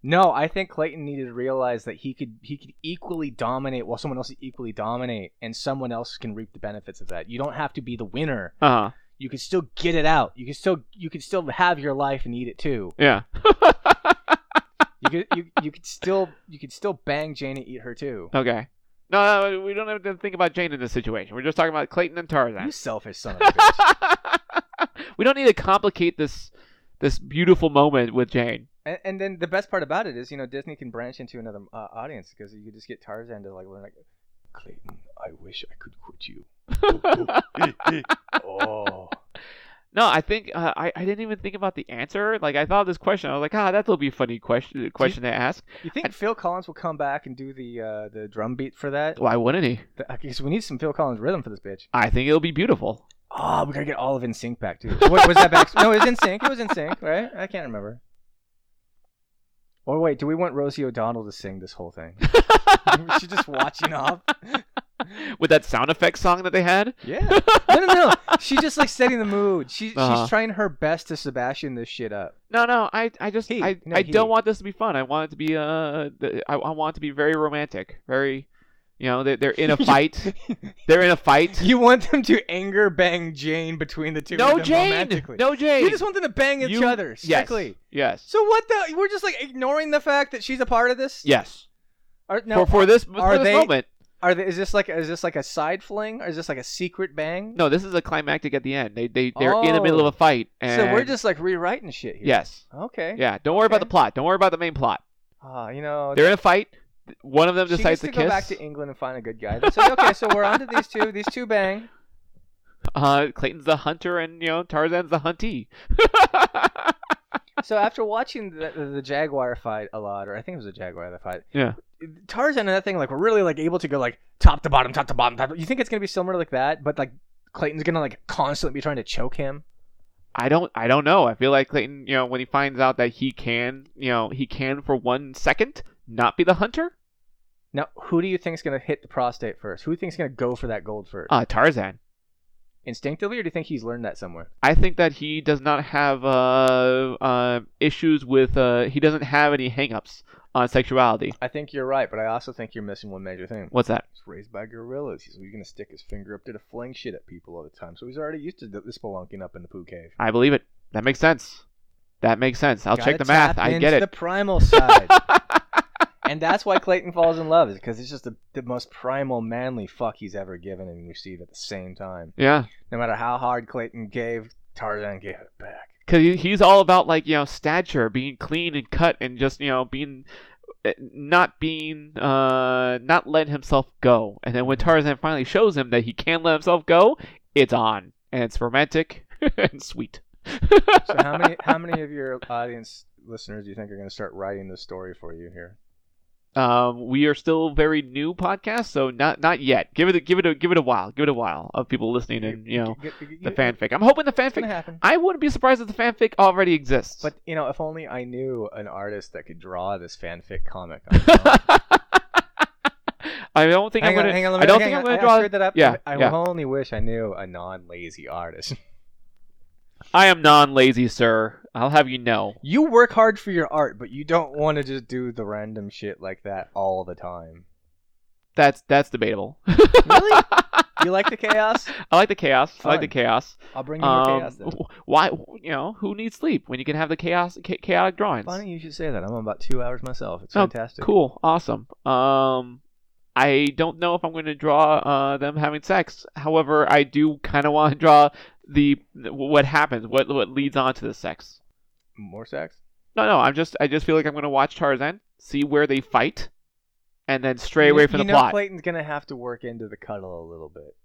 [SPEAKER 2] No, I think Clayton needed to realize that he could he could equally dominate while someone else could equally dominate, and someone else can reap the benefits of that. You don't have to be the winner.
[SPEAKER 1] Uh huh.
[SPEAKER 2] You can still get it out. You can still you can still have your life and eat it too.
[SPEAKER 1] Yeah.
[SPEAKER 2] You could you, you could still you could still bang Jane and eat her too.
[SPEAKER 1] okay. No, no, we don't have to think about Jane in this situation. We're just talking about Clayton and Tarzan.
[SPEAKER 2] You selfish son of a bitch.
[SPEAKER 1] we don't need to complicate this this beautiful moment with Jane.
[SPEAKER 2] And, and then the best part about it is, you know, Disney can branch into another uh, audience because you could just get Tarzan to like learn like, Clayton, I wish I could quit you. oh,
[SPEAKER 1] No, I think uh, I I didn't even think about the answer. Like I thought of this question, I was like, ah, that'll be a funny question question to ask.
[SPEAKER 2] you think Phil Collins will come back and do the uh, the drum beat for that?
[SPEAKER 1] Why wouldn't he?
[SPEAKER 2] Because we need some Phil Collins rhythm for this bitch.
[SPEAKER 1] I think it'll be beautiful.
[SPEAKER 2] Oh, we gotta get all of In Sync back too. What was that back? No, it was In Sync. It was In Sync, right? I can't remember. Or wait, do we want Rosie O'Donnell to sing this whole thing? Was she just watching off?
[SPEAKER 1] with that sound effect song that they had.
[SPEAKER 2] Yeah. No, no, no. She's just like setting the mood. She,
[SPEAKER 1] Uh-huh.
[SPEAKER 2] She's trying her best to Sebastian this shit up.
[SPEAKER 1] No, no, I, I just,
[SPEAKER 2] He,
[SPEAKER 1] I,
[SPEAKER 2] no,
[SPEAKER 1] I
[SPEAKER 2] he.
[SPEAKER 1] don't want this to be fun. I want it to be, uh, th- I, I want it to be very romantic, very, you know, they're, they're in a fight. they're in a fight.
[SPEAKER 2] You want them to anger bang Jane between the two. of
[SPEAKER 1] no
[SPEAKER 2] them
[SPEAKER 1] Jane,
[SPEAKER 2] romantically.
[SPEAKER 1] no Jane.
[SPEAKER 2] You just want them to bang each
[SPEAKER 1] You-
[SPEAKER 2] other strictly.
[SPEAKER 1] Yes,
[SPEAKER 2] So what the? We're just like ignoring the fact that she's a part of this.
[SPEAKER 1] yes,
[SPEAKER 2] Are,
[SPEAKER 1] yes.
[SPEAKER 2] now,
[SPEAKER 1] for for this, for
[SPEAKER 2] are
[SPEAKER 1] this
[SPEAKER 2] they-
[SPEAKER 1] moment,
[SPEAKER 2] are they, is this like is this like a side fling or is this like a secret bang?
[SPEAKER 1] no, this is a climactic at the end. They, they, they're in the middle of
[SPEAKER 2] Oh.
[SPEAKER 1] a fight, and
[SPEAKER 2] So we're just like rewriting shit here.
[SPEAKER 1] yes,
[SPEAKER 2] Okay.
[SPEAKER 1] yeah. Don't worry about
[SPEAKER 2] Okay.
[SPEAKER 1] the plot. Don't worry about the main plot.
[SPEAKER 2] Ah, you know.
[SPEAKER 1] They're in a fight. One of them
[SPEAKER 2] she needs
[SPEAKER 1] decides
[SPEAKER 2] to
[SPEAKER 1] to
[SPEAKER 2] go
[SPEAKER 1] kiss.
[SPEAKER 2] back to England and find a good guy. So okay, so we're onto these two. These two bang.
[SPEAKER 1] uh, Clayton's the hunter, and you know Tarzan's the huntee.
[SPEAKER 2] So after watching the, the, the jaguar fight a lot, or I think it was a jaguar that fight.
[SPEAKER 1] Yeah.
[SPEAKER 2] Tarzan and that thing like were really like able to go like top to bottom, top to bottom, top. You think it's gonna be similar like that, but like Clayton's gonna like constantly be trying to choke him.
[SPEAKER 1] I don't I don't know. I feel like Clayton, you know, when he finds out that he can, you know, he can for one second not be the hunter,
[SPEAKER 2] Now, who do you think's gonna hit the prostate first? Who do you think's gonna go for that gold first?
[SPEAKER 1] uh Tarzan.
[SPEAKER 2] Instinctively, or do you think he's learned that somewhere?
[SPEAKER 1] I think that he does not have uh, uh issues with uh he doesn't have any hangups on sexuality.
[SPEAKER 2] I think you're right, but I also think you're missing one major thing.
[SPEAKER 1] What's that?
[SPEAKER 2] He's raised by gorillas. He's, he's gonna stick his finger up there to fling shit at people all the time, so he's already used to th- this spelunking up in the poo cave.
[SPEAKER 1] I believe it. That makes sense. That makes sense. I'll check
[SPEAKER 2] Gotta
[SPEAKER 1] the math.
[SPEAKER 2] tap
[SPEAKER 1] I
[SPEAKER 2] into
[SPEAKER 1] get
[SPEAKER 2] The
[SPEAKER 1] it.
[SPEAKER 2] primal side, and that's why Clayton falls in love is because it's just the, the most primal, manly fuck he's ever given and received at the same time.
[SPEAKER 1] yeah.
[SPEAKER 2] No matter how hard Clayton gave, Tarzan gave it back.
[SPEAKER 1] Cause he- he's all about like you know stature, being clean and cut, and just you know being eh, not being uh not letting himself go. And then when
[SPEAKER 2] Mm-hmm.
[SPEAKER 1] Tarzan finally shows him that he can let himself go, it's on and it's romantic and sweet.
[SPEAKER 2] So how many how many of your audience listeners do you think are going to start writing this story for you here?
[SPEAKER 1] Um, we are still very new podcast, so not not yet. Give it a, give it a give it a while. Give it a while of people listening and you know
[SPEAKER 2] Get- get- get-
[SPEAKER 1] the fanfic. I'm hoping the
[SPEAKER 2] It's going
[SPEAKER 1] fanfic.
[SPEAKER 2] to happen.
[SPEAKER 1] I wouldn't be surprised if the fanfic already exists.
[SPEAKER 2] But you know, if only I knew an artist that could draw this fanfic comic. on my own.
[SPEAKER 1] I don't think
[SPEAKER 2] hang
[SPEAKER 1] I'm gonna.
[SPEAKER 2] on, hang on, let me,
[SPEAKER 1] I don't
[SPEAKER 2] hang
[SPEAKER 1] think I'm
[SPEAKER 2] on,
[SPEAKER 1] gonna
[SPEAKER 2] I- I
[SPEAKER 1] draw.
[SPEAKER 2] screwed that up.
[SPEAKER 1] yeah,
[SPEAKER 2] I
[SPEAKER 1] yeah.
[SPEAKER 2] only wish I knew a non-lazy artist.
[SPEAKER 1] I am non-lazy, sir. I'll have you know.
[SPEAKER 2] You work hard for your art, but you don't want to just do the random shit like that all the time.
[SPEAKER 1] That's that's debatable.
[SPEAKER 2] Really? you like the chaos?
[SPEAKER 1] I like the chaos. I like
[SPEAKER 2] Fine.
[SPEAKER 1] the chaos.
[SPEAKER 2] I'll bring you more
[SPEAKER 1] Um,
[SPEAKER 2] chaos then.
[SPEAKER 1] wh- why? You know, who needs sleep when you can have the chaos, cha- chaotic drawings?
[SPEAKER 2] Funny you should say that. I'm on about two hours myself. It's
[SPEAKER 1] Oh,
[SPEAKER 2] fantastic.
[SPEAKER 1] Cool, awesome. Um, I don't know if I'm going to draw uh, them having sex. However, I do kind of want to draw the what happens, what what leads on to the sex.
[SPEAKER 2] More sex?
[SPEAKER 1] No, no. I'm just I just feel like I'm going to watch Tarzan, see where they fight, and then stray
[SPEAKER 2] You-
[SPEAKER 1] away from
[SPEAKER 2] you
[SPEAKER 1] the
[SPEAKER 2] know
[SPEAKER 1] plot.
[SPEAKER 2] Clayton's gonna have to work into the cuddle a little bit.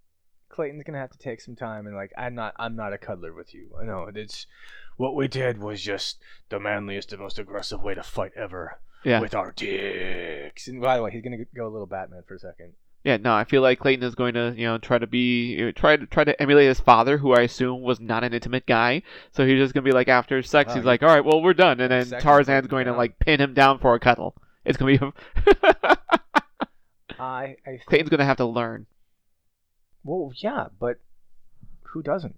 [SPEAKER 2] Clayton's gonna have to take some time and like I'm not I'm not a cuddler with you. I know it's what we did was just the manliest and most aggressive way to fight ever
[SPEAKER 1] yeah.
[SPEAKER 2] with our dicks. And by the way, he's gonna go a little Batman for a second.
[SPEAKER 1] Yeah, no, I feel like Clayton is going to, you know, try to be, uh, try to try to emulate his father, who I assume was not an intimate guy. So he's just gonna be like, after sex,
[SPEAKER 2] Wow,
[SPEAKER 1] he's
[SPEAKER 2] you-
[SPEAKER 1] like, all right, well, we're done, and then
[SPEAKER 2] Sex is
[SPEAKER 1] Tarzan's going
[SPEAKER 2] going
[SPEAKER 1] to
[SPEAKER 2] down.
[SPEAKER 1] like pin him down for a cuddle. It's gonna be
[SPEAKER 2] I I think
[SPEAKER 1] Clayton's gonna have to learn.
[SPEAKER 2] Well, yeah, but who doesn't?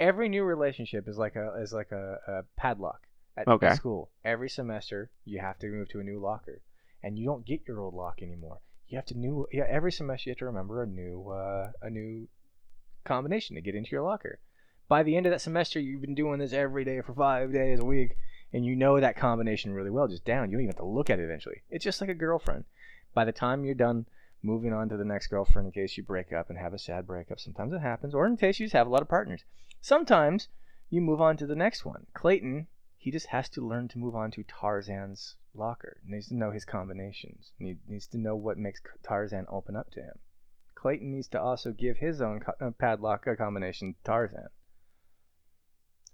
[SPEAKER 2] every new relationship is like a is like a, a padlock at
[SPEAKER 1] Okay.
[SPEAKER 2] school. Every semester you have to move to a new locker, and you don't get your old lock anymore. You have to new yeah. Every semester you have to remember a new uh, a new combination to get into your locker. By the end of that semester, you've been doing this every day for five days a week, and you know that combination really well, just down. You don't even have to look at it eventually. It's just like a girlfriend. By the time you're done moving on to the next girlfriend in case you break up and have a sad breakup, sometimes it happens, or in case you just have a lot of partners. Sometimes you move on to the next one. Clayton, he just has to learn to move on to Tarzan's locker. Needs to know his combinations. Need, needs to know what makes Tarzan open up to him. Clayton needs to also give his own co- uh, padlock a combination to Tarzan.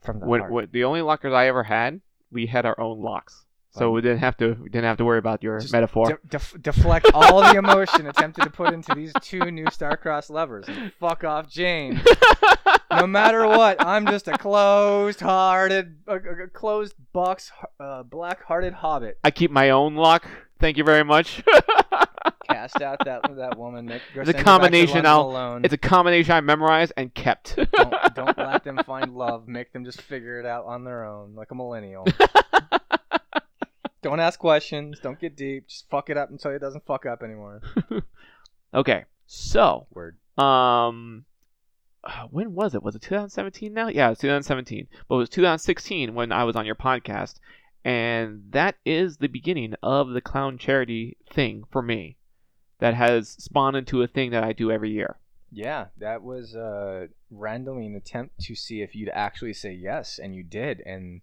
[SPEAKER 2] From the
[SPEAKER 1] When,
[SPEAKER 2] heart.
[SPEAKER 1] when- the only lockers I ever had, we had our own locks, so
[SPEAKER 2] Fun.
[SPEAKER 1] we didn't have to we didn't have to worry about your
[SPEAKER 2] Just
[SPEAKER 1] metaphor.
[SPEAKER 2] De- def- deflect all the emotion attempted to put into these two new star-crossed lovers. And fuck off, Jane. No matter what, I'm just a closed-hearted, a, a- a closed box, uh, black-hearted hobbit.
[SPEAKER 1] I keep my own lock. Thank you very much.
[SPEAKER 2] Mm. Cast out that that woman. Make, go
[SPEAKER 1] It's a
[SPEAKER 2] send her back to
[SPEAKER 1] combination,
[SPEAKER 2] London
[SPEAKER 1] I'll-
[SPEAKER 2] alone.
[SPEAKER 1] it's a combination I memorized and kept.
[SPEAKER 2] don't, don't let them find love. Make them just figure it out on their own, like a millennial. don't ask questions. Don't get deep. Just fuck it up until it doesn't fuck up anymore.
[SPEAKER 1] okay, so
[SPEAKER 2] Word.
[SPEAKER 1] um uh, when was it was it 2017 now yeah it was 2017 but it was 2016 when i was on your podcast and that is the beginning of the clown charity thing for me that has spawned into a thing that i do every year
[SPEAKER 2] Yeah, that was uh, randomly an attempt to see if you'd actually say yes, and you did. And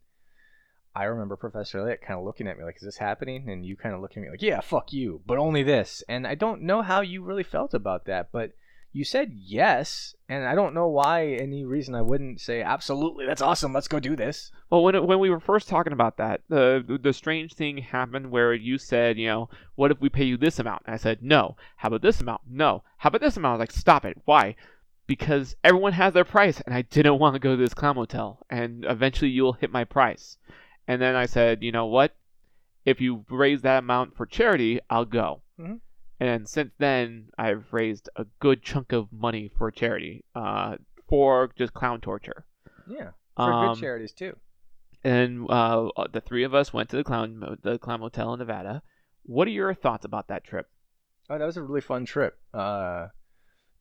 [SPEAKER 2] I remember Professor Elliott kind of looking at me like, "Is this happening?" And you kind of looking at me like, "Yeah, fuck you, but only this." And I don't know how you really felt about that, but you said yes, and I don't know why any reason I wouldn't say absolutely. That's awesome. Let's go do this.
[SPEAKER 1] well when, it, when we were first talking about that the the strange thing happened where you said you know what if we pay you this amount and i said no how about this amount no how about this amount i was like stop it why because everyone has their price and I didn't want to go to this clown motel and eventually you'll hit my price. And then I said, you know what? If you raise that amount for charity, I'll go.
[SPEAKER 2] Mhm.
[SPEAKER 1] And since then, I've raised a good chunk of money for charity, uh, for just clown torture.
[SPEAKER 2] Yeah, for
[SPEAKER 1] Um,
[SPEAKER 2] good charities too.
[SPEAKER 1] And uh, the three of us went to the clown mo- the clown motel in Nevada. What are your thoughts about that trip?
[SPEAKER 2] Oh, that was a really fun trip. Uh,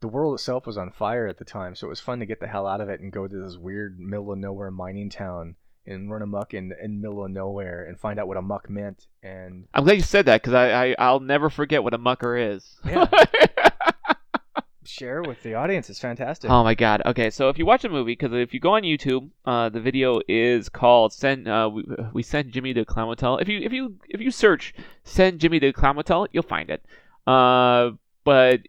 [SPEAKER 2] the world itself was on fire at the time, so it was fun to get the hell out of it and go to this weird middle of nowhere mining town and run amok in in middle of nowhere and find out what a muck meant. And
[SPEAKER 1] I'm glad you said that because I, I I'll never forget what a mucker is.
[SPEAKER 2] Yeah. share with the audience. It's fantastic.
[SPEAKER 1] Oh my god. Okay, so if you watch a movie, because if you go on YouTube, uh, the video is called "Send uh, we, we Send Jimmy to Clown Motel." If you if you if you search "Send Jimmy to Clown Motel," you'll find it. Uh, but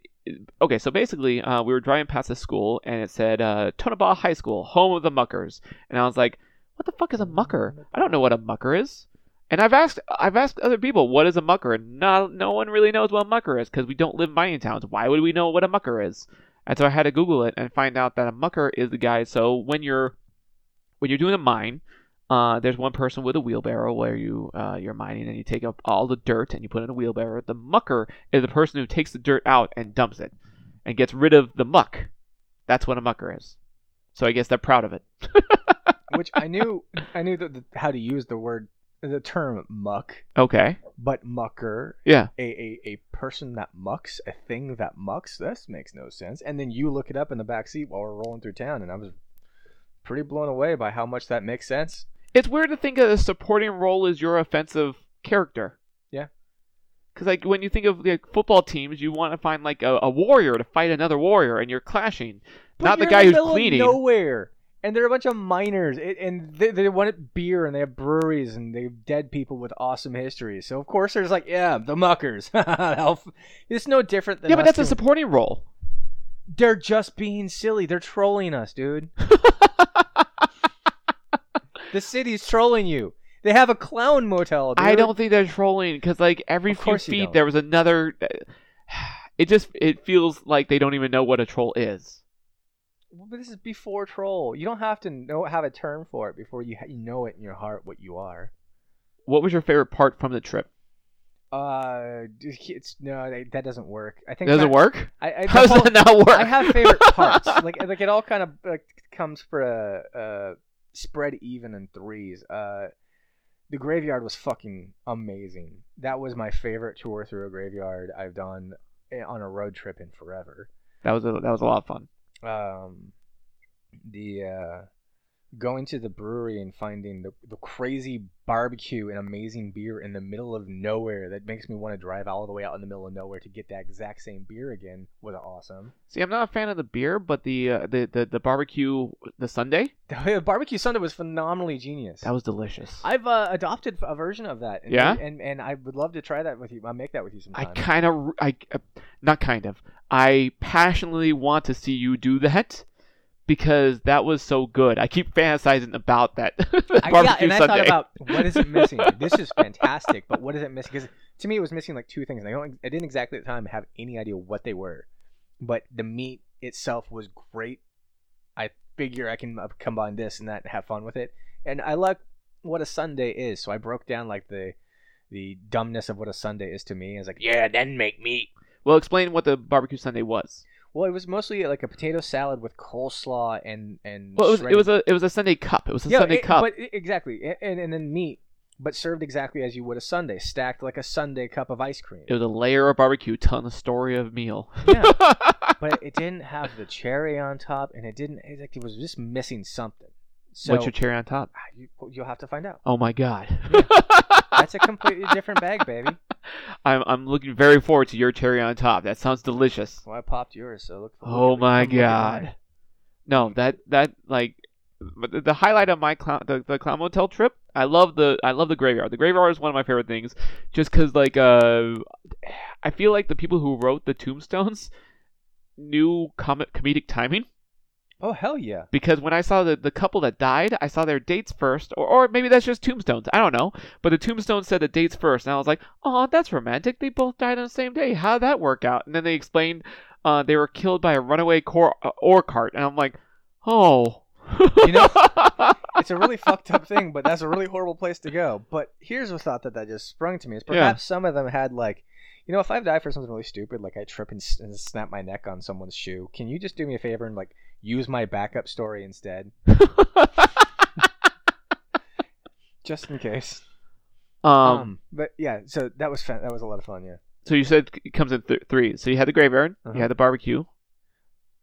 [SPEAKER 1] okay, so basically, uh, we were driving past the school, and it said uh, Tonopah High School, home of the muckers, and I was like, "What the fuck is a mucker? I don't know what a mucker is." And I've asked I've asked other people, "What is a mucker?" And not no one really knows what a mucker is because we don't live in mining towns. Why would we know what a mucker is? And so I had to Google it and find out that a mucker is the guy. So when you're when you're doing a mine, uh, there's one person with a wheelbarrow where you uh, you're mining and you take up all the dirt and you put it in a wheelbarrow. The mucker is the person who takes the dirt out and dumps it and gets rid of the muck. That's what a mucker is. So I guess they're proud of it.
[SPEAKER 2] Which I knew, I knew the, the, how to use the word, the term muck,
[SPEAKER 1] Okay.
[SPEAKER 2] but mucker,
[SPEAKER 1] Yeah.
[SPEAKER 2] a, a a person that mucks, a thing that mucks. This makes no sense. And then you look it up in the back seat while we're rolling through town, and I was pretty blown away by how much that makes sense.
[SPEAKER 1] It's weird to think of a supporting role as your offensive character.
[SPEAKER 2] Yeah.
[SPEAKER 1] Because like when you think of like football teams, you want to find like a, a warrior to fight another warrior, and you're clashing, not the
[SPEAKER 2] you're
[SPEAKER 1] guy
[SPEAKER 2] in
[SPEAKER 1] who's
[SPEAKER 2] middle of
[SPEAKER 1] cleaning.
[SPEAKER 2] nowhere, and they're a bunch of miners, it, and they, they want beer, and they have breweries, and they have dead people with awesome histories. So of course, there's like, yeah, the muckers. Elf. It's no different than
[SPEAKER 1] yeah, but
[SPEAKER 2] us
[SPEAKER 1] that's a
[SPEAKER 2] doing-
[SPEAKER 1] supporting role.
[SPEAKER 2] They're just being silly. They're trolling us, dude. the city's trolling you. They have a clown motel. Dude.
[SPEAKER 1] I don't think they're trolling because like every
[SPEAKER 2] Of
[SPEAKER 1] few
[SPEAKER 2] course you
[SPEAKER 1] feet
[SPEAKER 2] don't.
[SPEAKER 1] there was another. uh, It just it feels like they don't even know what a troll is.
[SPEAKER 2] Well, but This is before troll. You don't have to know have a term for it before you, ha- you know it in your heart what you are.
[SPEAKER 1] What was your favorite part from the trip?
[SPEAKER 2] Uh, it's no, that- that doesn't work. I think
[SPEAKER 1] Does
[SPEAKER 2] that-
[SPEAKER 1] it work?
[SPEAKER 2] I, I, the
[SPEAKER 1] How does
[SPEAKER 2] whole-
[SPEAKER 1] that not work?
[SPEAKER 2] I have favorite parts. like like it all kind of like, comes for a, a spread even in threes. Uh, the graveyard was fucking amazing. That was my favorite tour through a graveyard I've done eh, on a road trip in forever.
[SPEAKER 1] That was a, that was a lot of fun.
[SPEAKER 2] Um, the uh, going to the brewery and finding the, the crazy barbecue and amazing beer in the middle of nowhere that makes me want to drive all the way out in the middle of nowhere to get that exact same beer again was awesome.
[SPEAKER 1] See, I'm not a fan of the beer, but the uh, the, the the barbecue the Sunday
[SPEAKER 2] The barbecue Sunday was phenomenally genius.
[SPEAKER 1] that was delicious. I,
[SPEAKER 2] I've uh, adopted a version of that. And,
[SPEAKER 1] Yeah?
[SPEAKER 2] and and I would love to try that with you. I'll make that with you sometime.
[SPEAKER 1] kind of I uh, not kind of I passionately want to see you do that because that was so good. I keep fantasizing about that
[SPEAKER 2] I-
[SPEAKER 1] barbecue
[SPEAKER 2] yeah, and I
[SPEAKER 1] Sunday.
[SPEAKER 2] thought about what is it missing? this is fantastic, but what is it missing? Because to me, it was missing like two things, and I don't, I didn't exactly at the time have any idea what they were, but the meat itself was great. I figure I can uh, combine this and that and have fun with it, and I like what a Sunday is. So I broke down like the the dumbness of what a Sunday is to me. I was like, yeah, then make meat.
[SPEAKER 1] well, explain what the barbecue Sunday was.
[SPEAKER 2] Well, it was mostly like a potato salad with coleslaw and and
[SPEAKER 1] Well, it was, it
[SPEAKER 2] shredded
[SPEAKER 1] was a it was a Sunday cup. It was a
[SPEAKER 2] Yeah,
[SPEAKER 1] Sunday
[SPEAKER 2] it-
[SPEAKER 1] cup.
[SPEAKER 2] But i- exactly, a- and and then meat, but served exactly as you would a Sunday, stacked like a Sunday cup of ice cream.
[SPEAKER 1] It was a layer of barbecue telling the story of meal.
[SPEAKER 2] yeah, but it didn't have the cherry on top, and it didn't. It, like, it was just missing something. So
[SPEAKER 1] What's your cherry on top?
[SPEAKER 2] ah, you, you'll have to find out.
[SPEAKER 1] Oh my god.
[SPEAKER 2] That's a completely different bag, baby.
[SPEAKER 1] I'm I'm looking very forward to your cherry on top. That sounds delicious.
[SPEAKER 2] Well, I popped yours, so look. look
[SPEAKER 1] Oh
[SPEAKER 2] at-
[SPEAKER 1] my
[SPEAKER 2] come look at
[SPEAKER 1] god.
[SPEAKER 2] mine.
[SPEAKER 1] No, that that like but the, the highlight of my clown the, the clown motel trip. I love the I love the graveyard. The graveyard is one of my favorite things just cuz like uh I feel like the people who wrote the tombstones knew com- comedic timing
[SPEAKER 2] Oh hell yeah!
[SPEAKER 1] because when I saw the, the couple that died, I saw their dates first, or, or maybe that's just tombstones. I don't know. But the tombstone said the dates first, and I was like, oh, that's romantic. They both died on the same day. How'd that work out? And then they explained uh, they were killed by a runaway cor- uh, ore cart, and I'm like, oh.
[SPEAKER 2] You know- It's a really fucked up thing, but that's a really horrible place to go. But here's a thought that that just sprung to me: is
[SPEAKER 1] Yeah.
[SPEAKER 2] perhaps some of them had like, you know, if I die for something really stupid, like I trip and, s- and snap my neck on someone's shoe, can you just do me a favor and like use my backup story instead, just in case?
[SPEAKER 1] um,
[SPEAKER 2] but yeah, so that was fun. That was a lot of fun. Yeah.
[SPEAKER 1] so you said it comes in th- three. So you had the graveyard,
[SPEAKER 2] Uh-huh.
[SPEAKER 1] you had the barbecue.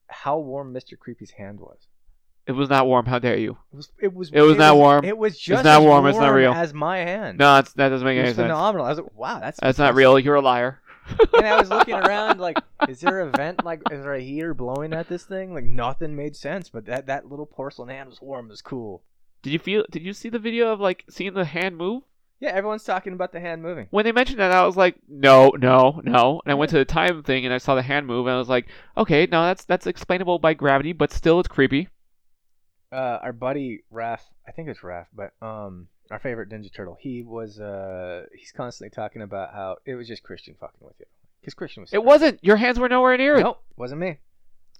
[SPEAKER 2] How warm Mr. Creepy's hand was.
[SPEAKER 1] It was not warm. How dare you?
[SPEAKER 2] It was. It was.
[SPEAKER 1] It was not warm.
[SPEAKER 2] It was just
[SPEAKER 1] not
[SPEAKER 2] as
[SPEAKER 1] warm, it's not real.
[SPEAKER 2] As my hand.
[SPEAKER 1] No, it's, that doesn't make
[SPEAKER 2] It
[SPEAKER 1] any
[SPEAKER 2] was
[SPEAKER 1] sense.
[SPEAKER 2] phenomenal. I was like, wow, that's
[SPEAKER 1] That's not real. You're a liar.
[SPEAKER 2] and I was looking around like, is there a vent? Like, is there a heater blowing at this thing? Like, nothing made sense. But that that little porcelain hand was warm. It was cool.
[SPEAKER 1] Did you feel? Did you see the video of like seeing the hand move?
[SPEAKER 2] Yeah, everyone's talking about the hand moving.
[SPEAKER 1] When they mentioned that, I was like, no, no, no. And I went to the time thing and I saw the hand move and I was like, okay, no, that's that's explainable by gravity, but still, it's creepy.
[SPEAKER 2] Uh, our buddy Raph, I think it's Raph, but um, our favorite Ninja Turtle. He was uh, he's constantly talking about how it was just Christian fucking with you. Because Christian was.
[SPEAKER 1] It wasn't. Your hands were nowhere near it.
[SPEAKER 2] Nope, wasn't me.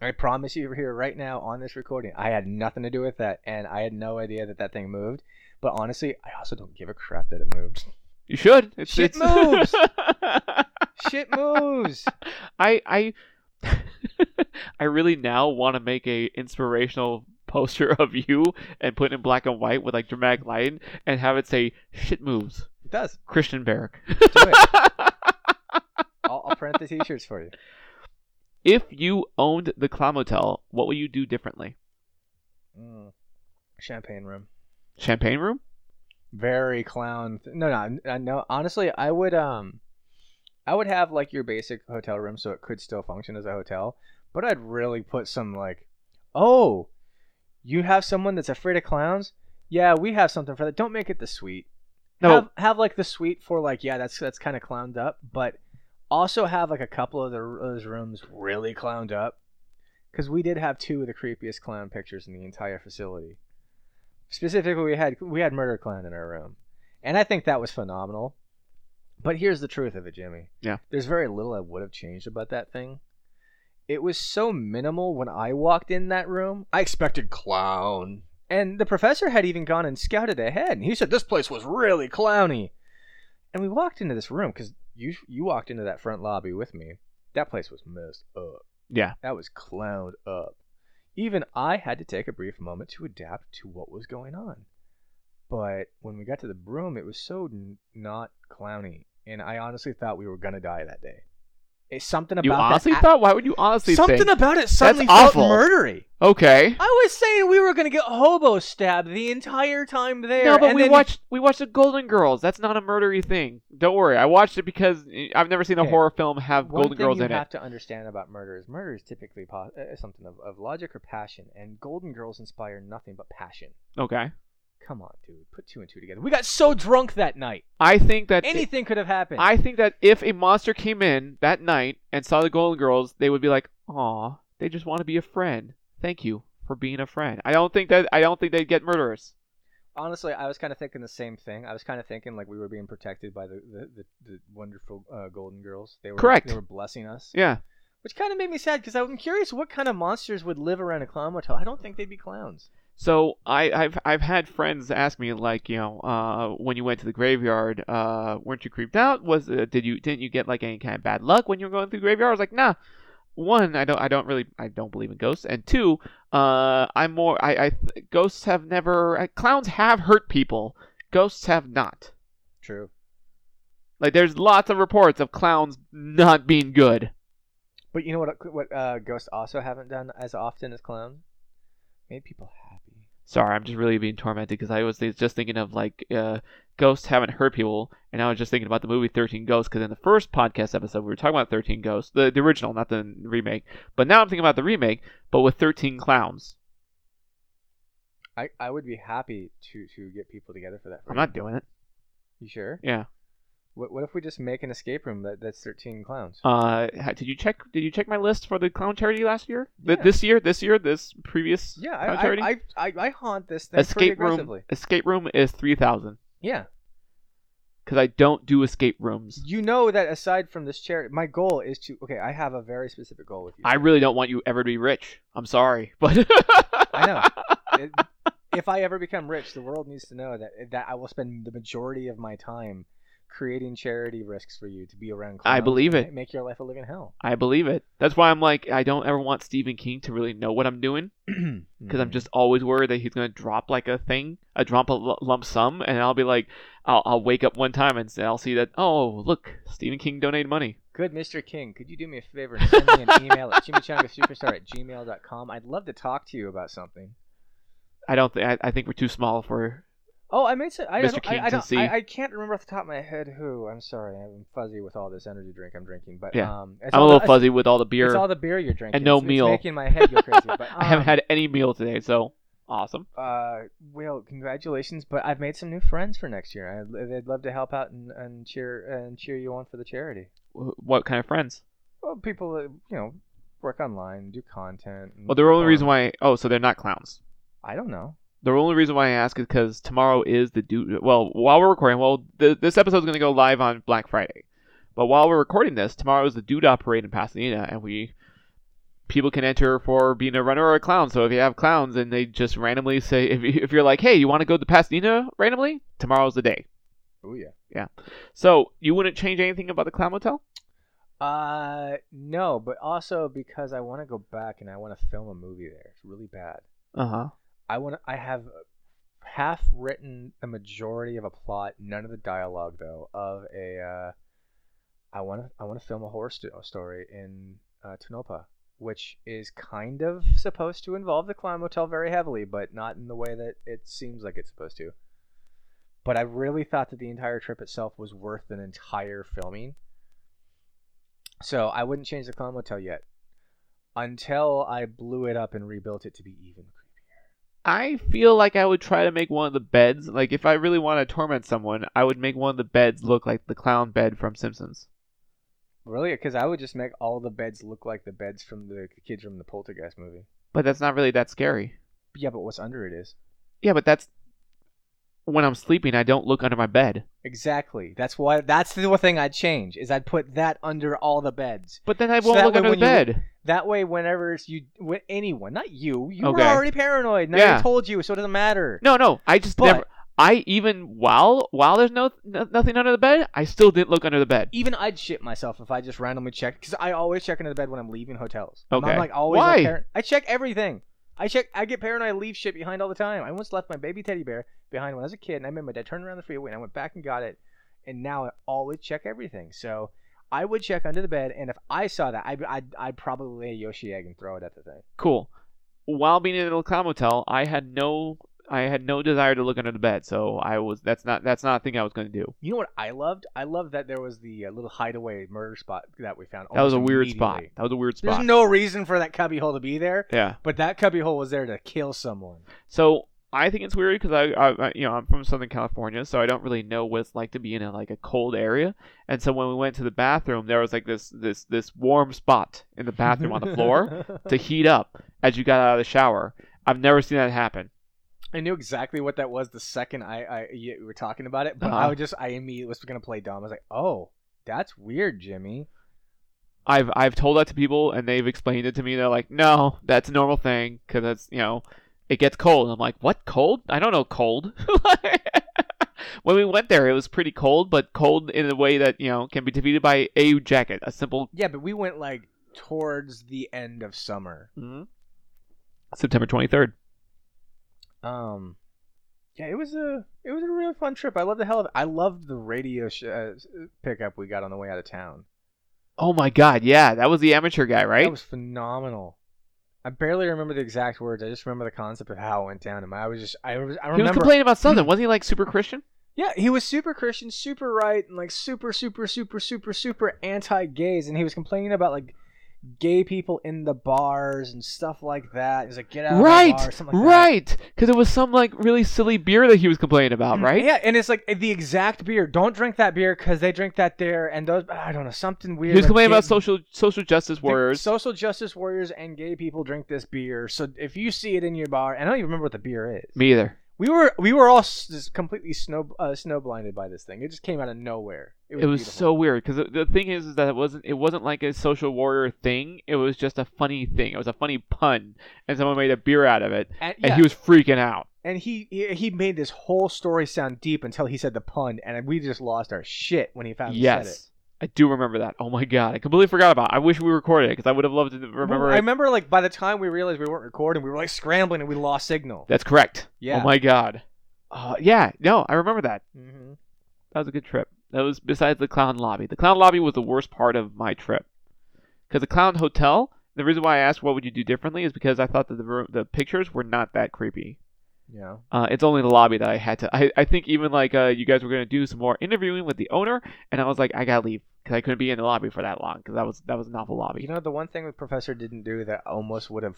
[SPEAKER 2] I promise you here right now on this recording, I had nothing to do with that, and I had no idea that that thing moved. But honestly, I also don't give a crap that it moved.
[SPEAKER 1] You should. It's,
[SPEAKER 2] Shit
[SPEAKER 1] it's...
[SPEAKER 2] moves. Shit moves.
[SPEAKER 1] I I I really now want to make a inspirational poster of you and put it in black and white with like dramatic lighting and have it say "shit moves."
[SPEAKER 2] It does.
[SPEAKER 1] Christian Barrick.
[SPEAKER 2] Do it. I'll, I'll print the t-shirts for you.
[SPEAKER 1] if you owned the Clown Motel, what would you do differently?
[SPEAKER 2] Mm. Champagne room.
[SPEAKER 1] Champagne room?
[SPEAKER 2] Very clown. Th- no, no, I no. Honestly, I would um, I would have like your basic hotel room, so it could still function as a hotel. But I'd really put some like, oh, you have someone that's afraid of clowns. Yeah, we have something for that. Don't make it the suite.
[SPEAKER 1] No.
[SPEAKER 2] Have, have like the suite for like yeah, that's that's kind of clowned up, but also have like a couple of the, those rooms really clowned up because we did have two of the creepiest clown pictures in the entire facility. Specifically, we had we had murder clown in our room, and I think that was phenomenal. But here's the truth of it, Jimmy.
[SPEAKER 1] Yeah.
[SPEAKER 2] There's very little I would have changed about that thing. It was so minimal when I walked in that room. I expected clown. And the professor had even gone and scouted ahead, and he said this place was really clowny. And we walked into this room because you you walked into that front lobby with me. That place was messed up.
[SPEAKER 1] Yeah.
[SPEAKER 2] That was clowned up. even I had to take a brief moment to adapt to what was going on. But when we got to the broom, it was so n- not clowny, and I honestly thought we were gonna die that day. It's something about
[SPEAKER 1] You
[SPEAKER 2] that
[SPEAKER 1] honestly
[SPEAKER 2] at-
[SPEAKER 1] thought? Why would you honestly
[SPEAKER 2] something
[SPEAKER 1] think?
[SPEAKER 2] about it suddenly
[SPEAKER 1] awful.
[SPEAKER 2] felt murdery.
[SPEAKER 1] okay.
[SPEAKER 2] I was saying we were gonna get hobo stabbed the entire time there.
[SPEAKER 1] No, but
[SPEAKER 2] and
[SPEAKER 1] we
[SPEAKER 2] then-
[SPEAKER 1] watched we watched the Golden Girls. That's not a murdery thing. Don't worry. I watched it because eh, I've never seen a
[SPEAKER 2] Okay.
[SPEAKER 1] horror film have
[SPEAKER 2] One
[SPEAKER 1] Golden
[SPEAKER 2] thing
[SPEAKER 1] Girls
[SPEAKER 2] you
[SPEAKER 1] in
[SPEAKER 2] have
[SPEAKER 1] it.
[SPEAKER 2] to understand about murder is murder is typically po- uh, something of, of logic or passion, and Golden Girls inspire nothing but passion.
[SPEAKER 1] Okay.
[SPEAKER 2] Come on, dude, put two and two together. We got so drunk that night,
[SPEAKER 1] I think that it-
[SPEAKER 2] anything could have happened.
[SPEAKER 1] I think that if a monster came in that night and saw the Golden Girls, they would be like, "Aw, they just want to be a friend. Thank you for being a friend." I don't think that I don't think they'd get murderous.
[SPEAKER 2] honestly, I was kind of thinking the same thing. I was kind of thinking like we were being protected by the the, the, the wonderful uh, Golden Girls. They were
[SPEAKER 1] Correct.
[SPEAKER 2] They were blessing us,
[SPEAKER 1] Yeah.
[SPEAKER 2] which kind of made me sad because I'm curious what kind of monsters would live around a clown motel. I don't think they'd be clowns.
[SPEAKER 1] So I, I've I've had friends ask me like, you know, uh, when you went to the graveyard, uh, weren't you creeped out? Was uh, did you didn't you get like any kind of bad luck when you were going through the graveyard? I was like, nah. One, I don't I don't really I don't believe in ghosts, and two, uh, I'm more I, I ghosts have never uh, clowns have hurt people, ghosts have not.
[SPEAKER 2] True.
[SPEAKER 1] Like there's lots of reports of clowns not being good.
[SPEAKER 2] But you know what? What uh, ghosts also haven't done as often as clowns made people happy.
[SPEAKER 1] Sorry, I'm just really being tormented because I was th- just thinking of like uh, ghosts haven't hurt people, and I was just thinking about the movie Thirteen Ghosts because in the first podcast episode we were talking about Thirteen Ghosts, the, the original, not the remake. But now I'm thinking about the remake, but with thirteen clowns.
[SPEAKER 2] I, I would be happy to, to get people together for that.
[SPEAKER 1] I'm not doing it.
[SPEAKER 2] You sure?
[SPEAKER 1] Yeah.
[SPEAKER 2] What, what if we just make an escape room that, that's 13 clowns?
[SPEAKER 1] Uh, ha- did you check? Did you check my list for the clown charity last year? Th-
[SPEAKER 2] Yeah.
[SPEAKER 1] This year? This year? This previous?
[SPEAKER 2] yeah,
[SPEAKER 1] clown
[SPEAKER 2] I,
[SPEAKER 1] charity?
[SPEAKER 2] I, I, I, I haunt this thing pretty
[SPEAKER 1] escape
[SPEAKER 2] aggressively.
[SPEAKER 1] room. Escape room is three thousand
[SPEAKER 2] Yeah.
[SPEAKER 1] because I don't do escape rooms.
[SPEAKER 2] You know that aside from this chair, my goal is to. Okay, I have a very specific goal with you.
[SPEAKER 1] I really don't want you ever to be rich. I'm sorry, but
[SPEAKER 2] I know. It- if I ever become rich, the world needs to know that, that I will spend the majority of my time creating charity risks for you to be around clowns.
[SPEAKER 1] I believe
[SPEAKER 2] and
[SPEAKER 1] it.
[SPEAKER 2] Make your life a living hell.
[SPEAKER 1] I believe it. That's why I'm like, I don't ever want Stephen King to really know what I'm doing
[SPEAKER 2] Because
[SPEAKER 1] because I'm just always worried that he's gonna drop like a thing, a drop a l- lump sum, and I'll be like, I'll, I'll wake up one time and s- I'll see that, oh look, Stephen King donated money.
[SPEAKER 2] Good Mr. King, could you do me a favor and send me an email at chimichangassuperstar at gmail.com? I'd love to talk to you about something.
[SPEAKER 1] I don't think I, I think we're too small for.
[SPEAKER 2] Oh, I made some. I,
[SPEAKER 1] Mr.
[SPEAKER 2] don't-
[SPEAKER 1] King
[SPEAKER 2] I, I,
[SPEAKER 1] to
[SPEAKER 2] don't,
[SPEAKER 1] see.
[SPEAKER 2] I, I can't remember off the top of my head who. I'm sorry. I'm fuzzy with all this energy drink I'm drinking. But
[SPEAKER 1] Yeah.
[SPEAKER 2] um, it's
[SPEAKER 1] I'm a
[SPEAKER 2] all
[SPEAKER 1] little
[SPEAKER 2] the-
[SPEAKER 1] fuzzy with all the beer.
[SPEAKER 2] It's all the beer you're drinking.
[SPEAKER 1] no
[SPEAKER 2] It's- it's
[SPEAKER 1] meal.
[SPEAKER 2] making my head go crazy. But,
[SPEAKER 1] I haven't
[SPEAKER 2] um,
[SPEAKER 1] had any meal today, so awesome.
[SPEAKER 2] Uh, Will, congratulations! But I've made some new friends for next year. I'd, they'd love to help out and, and cheer and cheer you on for the charity.
[SPEAKER 1] Wh- What kind of friends?
[SPEAKER 2] Well, people that you know work online, do content. and
[SPEAKER 1] Well, the only
[SPEAKER 2] perform.
[SPEAKER 1] reason why. Oh, so they're not clowns.
[SPEAKER 2] I don't know.
[SPEAKER 1] The only reason why I ask is because tomorrow is the due. Well, while we're recording, well, th- this episode is going to go live on Black Friday, but while we're recording this, tomorrow is the Doodah Parade in Pasadena, and we people can enter for being a runner or a clown. So if you have clowns and they just randomly say, if you, if you're like, hey, you want to go to Pasadena randomly, tomorrow's the day.
[SPEAKER 2] Oh yeah.
[SPEAKER 1] So you wouldn't change anything about the Clown Motel?
[SPEAKER 2] Uh, no, but also because I want to go back and I want to film a movie there. It's really bad.
[SPEAKER 1] Uh huh.
[SPEAKER 2] I want. to. I have half written the majority of a plot, none of the dialogue though. Of a, uh, I want to. I want to film a horror sto- story in uh, Tonopah, which is kind of supposed to involve the Clown Motel very heavily, but not in the way that it seems like it's supposed to. But I really thought that the entire trip itself was worth an entire filming. So I wouldn't change the Clown Motel yet, until I blew it up and rebuilt it to be even creepier.
[SPEAKER 1] I feel like I would try to make one of the beds. Like if I really want to torment someone, I would make one of the beds look like the clown bed from Simpsons.
[SPEAKER 2] Really? Because I would just make all the beds look like the beds from the kids from the Poltergeist movie.
[SPEAKER 1] But that's not really that scary.
[SPEAKER 2] Yeah, but what's under it is
[SPEAKER 1] Yeah, but that's when I'm sleeping. I don't look under my bed.
[SPEAKER 2] exactly. That's why. That's the one thing I'd change is I'd put that under all the beds.
[SPEAKER 1] But then I
[SPEAKER 2] So
[SPEAKER 1] won't
[SPEAKER 2] that
[SPEAKER 1] look
[SPEAKER 2] way
[SPEAKER 1] under the
[SPEAKER 2] when you-
[SPEAKER 1] bed.
[SPEAKER 2] That way, whenever it's you, when anyone, not you, you were
[SPEAKER 1] Okay.
[SPEAKER 2] already paranoid. Now
[SPEAKER 1] Yeah.
[SPEAKER 2] I told you, so it doesn't matter.
[SPEAKER 1] No, no. I just
[SPEAKER 2] But-
[SPEAKER 1] never. I even while while there's no, no nothing under the bed, I still didn't look under the bed.
[SPEAKER 2] Even I'd shit myself if I just randomly checked because I always check under the bed when I'm leaving hotels. I'm
[SPEAKER 1] Okay.
[SPEAKER 2] like always.
[SPEAKER 1] Why?
[SPEAKER 2] like, par- I check everything. I check. I get paranoid. I leave shit behind all the time. I once left my baby teddy bear behind when I was a kid, and I made my dad turn around the freeway, and I went back and got it. And now I always check everything. So I would check under the bed, and if I saw that, I I'd, I'd probably lay a Yoshi egg and throw it at the thing.
[SPEAKER 1] Cool. While being in the Clown Motel, I had no I had no desire to look under the bed, so I was that's not that's not a thing I was going to do.
[SPEAKER 2] You know what I loved? I loved that there was the uh, little hideaway murder spot that we found.
[SPEAKER 1] That was
[SPEAKER 2] almost
[SPEAKER 1] a weird spot.
[SPEAKER 2] immediately.
[SPEAKER 1] That was a weird
[SPEAKER 2] There's
[SPEAKER 1] spot.
[SPEAKER 2] no reason for that cubbyhole to be there,
[SPEAKER 1] yeah.
[SPEAKER 2] but that cubbyhole was there to kill someone.
[SPEAKER 1] So I think it's weird because I, I, I- you know, I'm from Southern California, so I don't really know what it's like to be in a, like a cold area. And so when we went to the bathroom, there was like this this this warm spot in the bathroom on the floor to heat up as you got out of the shower. I've never seen that happen.
[SPEAKER 2] I knew exactly what that was the second I, I you were talking about it, but
[SPEAKER 1] Uh-huh.
[SPEAKER 2] I was just I immediately was gonna play dumb. I was like, oh, that's weird, Jimmy.
[SPEAKER 1] I've I've told that to people and they've explained it to me. They're like, no, that's a normal thing because that's you know, it gets cold. And I'm like, what cold? I don't know cold. when we went there, it was pretty cold, but cold in a way that you know can be defeated by a jacket, a simple
[SPEAKER 2] Yeah, but we went like towards the end of summer.
[SPEAKER 1] Mm-hmm. September 23rd.
[SPEAKER 2] Um, yeah, it was a it was a really fun trip. I loved the hell of it. I loved the radio sh- uh, s- pickup we got on the way out of town.
[SPEAKER 1] Oh my god, yeah, that was the amateur guy, right?
[SPEAKER 2] That was phenomenal. I barely remember the exact words. I just remember the concept of how it went down, and I was just I was I
[SPEAKER 1] he was
[SPEAKER 2] remember
[SPEAKER 1] complaining about something. Wasn't he like super Christian?
[SPEAKER 2] Yeah, he was super Christian, super right, and like super, super, super, super, super anti-gays, and he was complaining about like gay people in the bars and stuff like that. He's like, get out, of my
[SPEAKER 1] right,
[SPEAKER 2] bar," or something like that.
[SPEAKER 1] right. Because it was some like really silly beer that he was complaining about, right?
[SPEAKER 2] Mm, Yeah, and it's like the exact beer. Don't drink that beer because they drink that there, and those I don't know something
[SPEAKER 1] He
[SPEAKER 2] weird.
[SPEAKER 1] was
[SPEAKER 2] like
[SPEAKER 1] complaining
[SPEAKER 2] gay-
[SPEAKER 1] about social social justice
[SPEAKER 2] the
[SPEAKER 1] warriors.
[SPEAKER 2] social justice warriors, and gay people drink this beer. So if you see it in your bar, and I don't even remember what the beer is.
[SPEAKER 1] Me either.
[SPEAKER 2] We were we were all s- just completely snow uh, snow blinded by this thing. It just came out of nowhere. It was,
[SPEAKER 1] It was
[SPEAKER 2] beautiful.
[SPEAKER 1] so weird because the, the thing is, is that it wasn't it wasn't like a social warrior thing. It was just a funny thing. It was a funny pun, and someone made a beer out of it,
[SPEAKER 2] And,
[SPEAKER 1] and
[SPEAKER 2] yeah,
[SPEAKER 1] he was freaking out.
[SPEAKER 2] and he he- he made this whole story sound deep until he said the pun, and we just lost our shit when he finally said it.
[SPEAKER 1] yes, I do remember that. Oh my god, I completely forgot about. it. I wish we recorded it because I would have loved to remember.
[SPEAKER 2] I
[SPEAKER 1] it.
[SPEAKER 2] remember like by the time we realized we weren't recording, we were like scrambling and we lost signal.
[SPEAKER 1] That's correct.
[SPEAKER 2] Yeah.
[SPEAKER 1] Oh my god. Uh, yeah. No, I remember that.
[SPEAKER 2] hmm
[SPEAKER 1] That was a good trip. That was besides the clown lobby. The clown lobby was the worst part of my trip because the clown hotel. The reason why I asked what would you do differently is because I thought that the room, the pictures were not that creepy.
[SPEAKER 2] Yeah.
[SPEAKER 1] Uh, it's only the lobby that I had to. I, I think even like uh, you guys were gonna do some more interviewing with the owner, and I was like, I gotta leave because I couldn't be in the lobby for that long because that was that was an awful lobby.
[SPEAKER 2] You know the one thing the professor didn't do that almost would have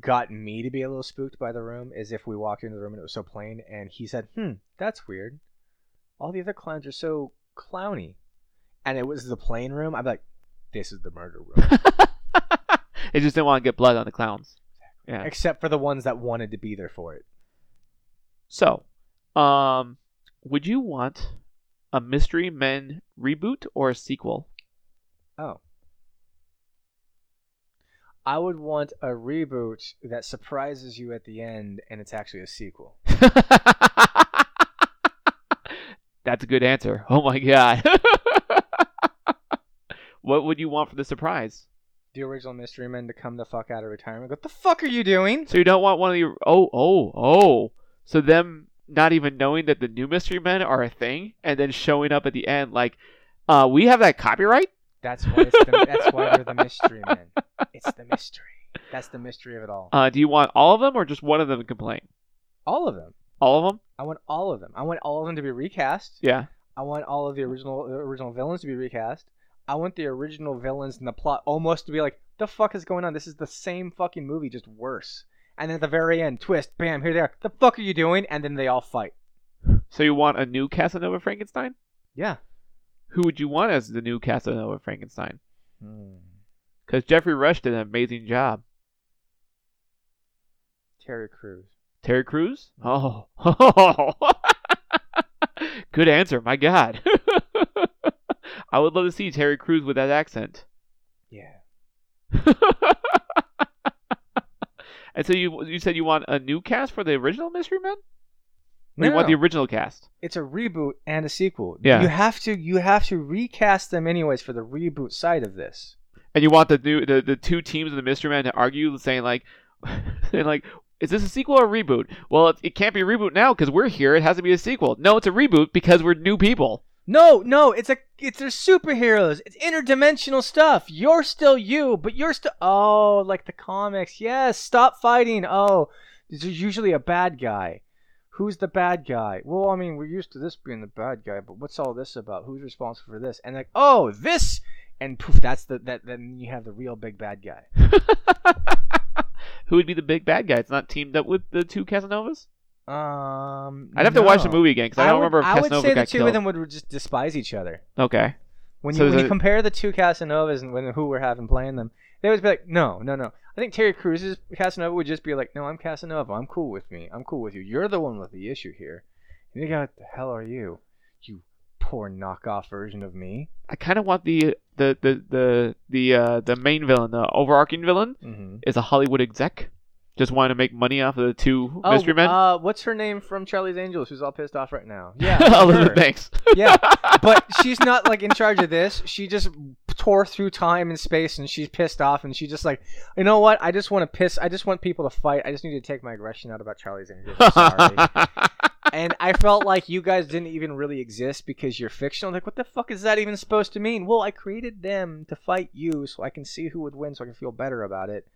[SPEAKER 2] gotten me to be a little spooked by the room is if we walked into the room and it was so plain, and he said, "Hmm, that's weird. All the other clowns are so clowny," and it was the plain room. I'm like, "This is the murder room."
[SPEAKER 1] they just didn't want to get blood on the clowns. Yeah.
[SPEAKER 2] except for the ones that wanted to be there for it.
[SPEAKER 1] So, um, would you want a Mystery Men reboot or a sequel?
[SPEAKER 2] Oh. I would want a reboot that surprises you at the end and it's actually a sequel.
[SPEAKER 1] That's a good answer. Oh my god. what would you want for the surprise?
[SPEAKER 2] The original Mystery Men to come the fuck out of retirement. Go, the fuck are you doing?
[SPEAKER 1] So you don't want one of the oh oh oh. So them not even knowing that the new Mystery Men are a thing, and then showing up at the end like, uh, we have that copyright.
[SPEAKER 2] That's why it's the, that's why they're the Mystery Men. It's the mystery. That's the mystery of it all.
[SPEAKER 1] Uh, do you want all of them or just one of them to complain?
[SPEAKER 2] all of them.
[SPEAKER 1] All of them?
[SPEAKER 2] I want all of them. I want all of them to be recast.
[SPEAKER 1] Yeah.
[SPEAKER 2] I want all of the original the original villains to be recast. I want the original villains and the plot almost to be like, the fuck is going on? This is the same fucking movie, just worse. And then at the very end, twist, bam, here they are. The fuck are you doing? And then they all fight.
[SPEAKER 1] So you want a new Casanova Frankenstein?
[SPEAKER 2] Yeah.
[SPEAKER 1] Who would you want as the new Casanova Frankenstein? Hmm. Because Jeffrey Rush did an amazing job.
[SPEAKER 2] Terry Crews.
[SPEAKER 1] Terry Crews? Oh. Good answer. My God. I would love to see Terry Crews with that accent.
[SPEAKER 2] Yeah.
[SPEAKER 1] and so you you said you want a new cast for the original Mystery Men? Or you
[SPEAKER 2] No,
[SPEAKER 1] want
[SPEAKER 2] no,
[SPEAKER 1] the original cast?
[SPEAKER 2] it's a reboot and a sequel.
[SPEAKER 1] Yeah.
[SPEAKER 2] You have to you have to recast them anyways for the reboot side of this.
[SPEAKER 1] And you want the new the, the two teams of the Mystery Men to argue, saying like, and like, is this a sequel or a reboot? Well, it, it can't be a reboot now because we're here. It has to be a sequel. No, it's a reboot because we're new people.
[SPEAKER 2] No, no, it's a it's their superheroes. It's interdimensional stuff. You're still you, but you're still oh, like the comics. Yes, stop fighting. Oh, there's usually a bad guy. Who's the bad guy? Well, I mean, we're used to this being the bad guy, but what's all this about? Who's responsible for this? And like, oh, this, and poof, that's the that. Then you have the real big bad guy.
[SPEAKER 1] Who would be the big bad guy? It's not teamed up with the two Casanovas.
[SPEAKER 2] Um,
[SPEAKER 1] I'd have to watch the
[SPEAKER 2] no.
[SPEAKER 1] movie again because I, don't
[SPEAKER 2] would-
[SPEAKER 1] remember if
[SPEAKER 2] I
[SPEAKER 1] Casanova
[SPEAKER 2] would say the
[SPEAKER 1] got
[SPEAKER 2] two
[SPEAKER 1] killed.
[SPEAKER 2] of them would just despise each other.
[SPEAKER 1] Okay.
[SPEAKER 2] When you,
[SPEAKER 1] So
[SPEAKER 2] when
[SPEAKER 1] the-
[SPEAKER 2] you compare the two Casanovas and when, who we're having playing them, they always be like, no, no, no. I think Terry Cruz's Casanova would just be like, no, I'm Casanova. I'm cool with me. I'm cool with you. You're the one with the issue here. And you go, what the hell are you? You poor knockoff version of me.
[SPEAKER 1] I kind of want the the the the the uh, the main villain, the overarching villain,
[SPEAKER 2] Mm-hmm.
[SPEAKER 1] is a Hollywood exec. Just wanting to make money off of the two
[SPEAKER 2] Oh,
[SPEAKER 1] mystery men.
[SPEAKER 2] Uh, what's her name from Charlie's Angels? Who's all pissed off right now?
[SPEAKER 1] Elizabeth
[SPEAKER 2] her.
[SPEAKER 1] Banks.
[SPEAKER 2] yeah, but she's not like in charge of this. She just tore through time and space, and she's pissed off. And she just like, you know what? I just want to piss. I just want people to fight. I just need to take my aggression out about Charlie's Angels. I'm Sorry. and I felt like you guys didn't even really exist because you're fictional. Like, what the fuck is that even supposed to mean? Well, I created them to fight you, so I can see who would win, so I can feel better about it.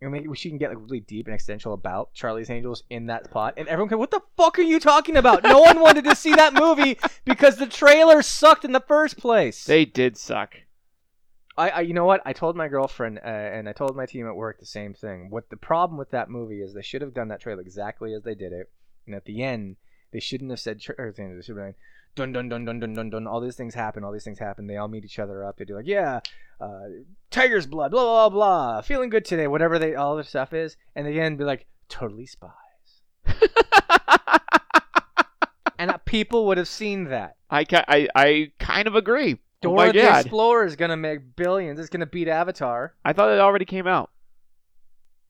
[SPEAKER 2] And maybe she can get like really deep and existential about Charlie's Angels in that plot, and everyone can. What the fuck are you talking about? No one wanted to see that movie because the trailer sucked in the first place.
[SPEAKER 1] they did suck.
[SPEAKER 2] I, I you know what? I told my girlfriend uh, and I told my team at work the same thing. What the problem with that movie is they should have done that trailer exactly as they did it, and at the end they shouldn't have said. Tra- or at the end, they should have been like, dun dun dun dun dun dun dun. All these things happen. All these things happen. They all meet each other up. They do like yeah, uh, tiger's blood. Blah blah blah. blah, Feeling good today. Whatever they all their stuff is, and at the end be like totally spies, and uh, people would have seen that.
[SPEAKER 1] I, ca- I I kind of agree. oh
[SPEAKER 2] Dora
[SPEAKER 1] my
[SPEAKER 2] the
[SPEAKER 1] god!
[SPEAKER 2] Explorer is gonna make billions. It's gonna beat Avatar.
[SPEAKER 1] I thought it already came out.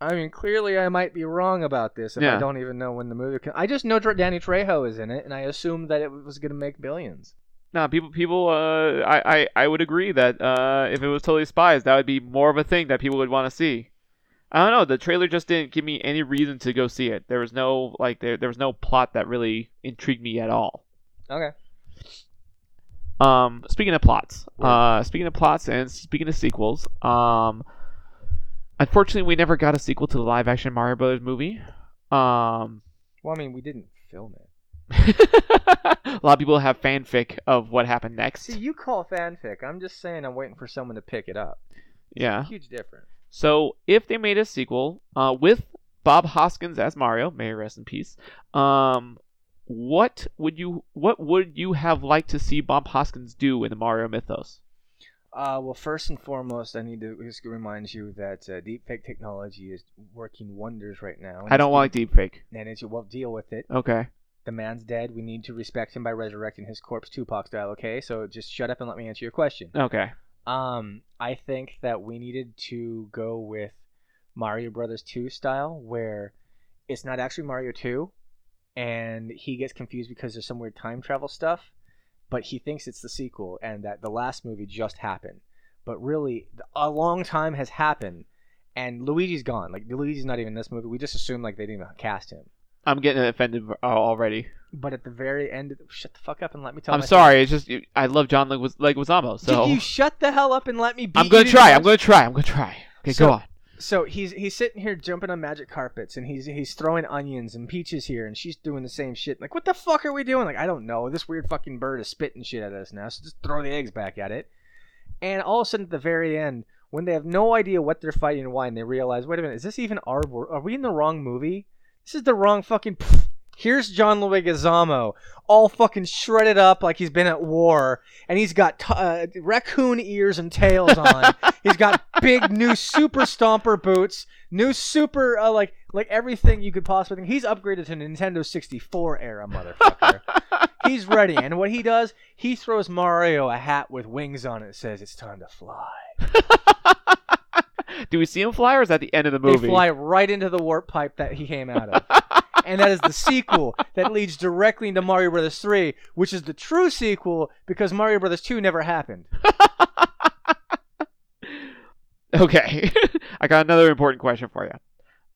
[SPEAKER 2] I mean, clearly I might be wrong about this if
[SPEAKER 1] Yeah.
[SPEAKER 2] I don't even know when the movie. Can... I just know Dr- Danny Trejo is in it, and I assumed that it was going to make billions.
[SPEAKER 1] No, people, people. Uh, I, I, I would agree that uh, if it was totally spies, that would be more of a thing that people would want to see. I don't know. The trailer just didn't give me any reason to go see it. There was no like there, there was no plot that really intrigued me at all.
[SPEAKER 2] Okay.
[SPEAKER 1] Um, speaking of plots, uh, speaking of plots and speaking of sequels, um, unfortunately, we never got a sequel to the live-action Mario Brothers movie. Um,
[SPEAKER 2] Well, I mean, we didn't film it.
[SPEAKER 1] a lot of people have fanfic of what happened next.
[SPEAKER 2] See, you call fanfic. I'm just saying I'm waiting for someone to pick it up.
[SPEAKER 1] Yeah.
[SPEAKER 2] Huge difference.
[SPEAKER 1] So if they made a sequel uh, with Bob Hoskins as Mario, may he rest in peace. Um, what would you what would you have liked to see Bob Hoskins do in the Mario mythos?
[SPEAKER 2] Uh, well, first and foremost, I need to just remind you that uh, deepfake technology is working wonders right now.
[SPEAKER 1] I don't like deepfake.
[SPEAKER 2] And it's well, deal with it.
[SPEAKER 1] Okay.
[SPEAKER 2] The man's dead. We need to respect him by resurrecting his corpse, Tupac style. Okay, so just shut up and let me answer your question.
[SPEAKER 1] Okay.
[SPEAKER 2] Um, I think that we needed to go with Mario Brothers 2 style, where it's not actually Mario 2, and he gets confused because there's some weird time travel stuff, but he thinks it's the sequel and that the last movie just happened. But really, a long time has happened, and Luigi's gone. Like Luigi's not even in this movie. We just assume like they didn't even cast him.
[SPEAKER 1] I'm getting offended uh, already.
[SPEAKER 2] But at the very end, shut the fuck up and let me tell.
[SPEAKER 1] I'm
[SPEAKER 2] my-
[SPEAKER 1] sorry. It's just I love John Leguiz- Leguizamo, so
[SPEAKER 2] Did you shut the hell up and let me? Beat
[SPEAKER 1] I'm
[SPEAKER 2] you
[SPEAKER 1] gonna
[SPEAKER 2] to
[SPEAKER 1] try.
[SPEAKER 2] death?
[SPEAKER 1] I'm gonna try. I'm gonna try. Okay,
[SPEAKER 2] So-
[SPEAKER 1] go on.
[SPEAKER 2] so he's he's sitting here jumping on magic carpets and he's he's throwing onions and peaches here and she's doing the same shit. Like, what the fuck are we doing? Like, I don't know. This weird fucking bird is spitting shit at us now, so just throw the eggs back at it. And all of a sudden at the very end, when they have no idea what they're fighting and why, and they realize, wait a minute, is this even our world? Are we in the wrong movie? This is the wrong fucking Here's John Leguizamo, all fucking shredded up like he's been at war, and he's got t- uh, raccoon ears and tails on. he's got big new super stomper boots, new super uh, like like everything you could possibly think. He's upgraded to Nintendo 64 era, motherfucker. he's ready, and what he does, he throws Mario a hat with wings on it. that Says it's time to fly.
[SPEAKER 1] Do we see him fly, or is that the end of the movie?
[SPEAKER 2] They fly right into the warp pipe that he came out of. and that is the sequel that leads directly into Mario Brothers 3, which is the true sequel because Mario Brothers 2 never happened.
[SPEAKER 1] Okay. I got another important question for you.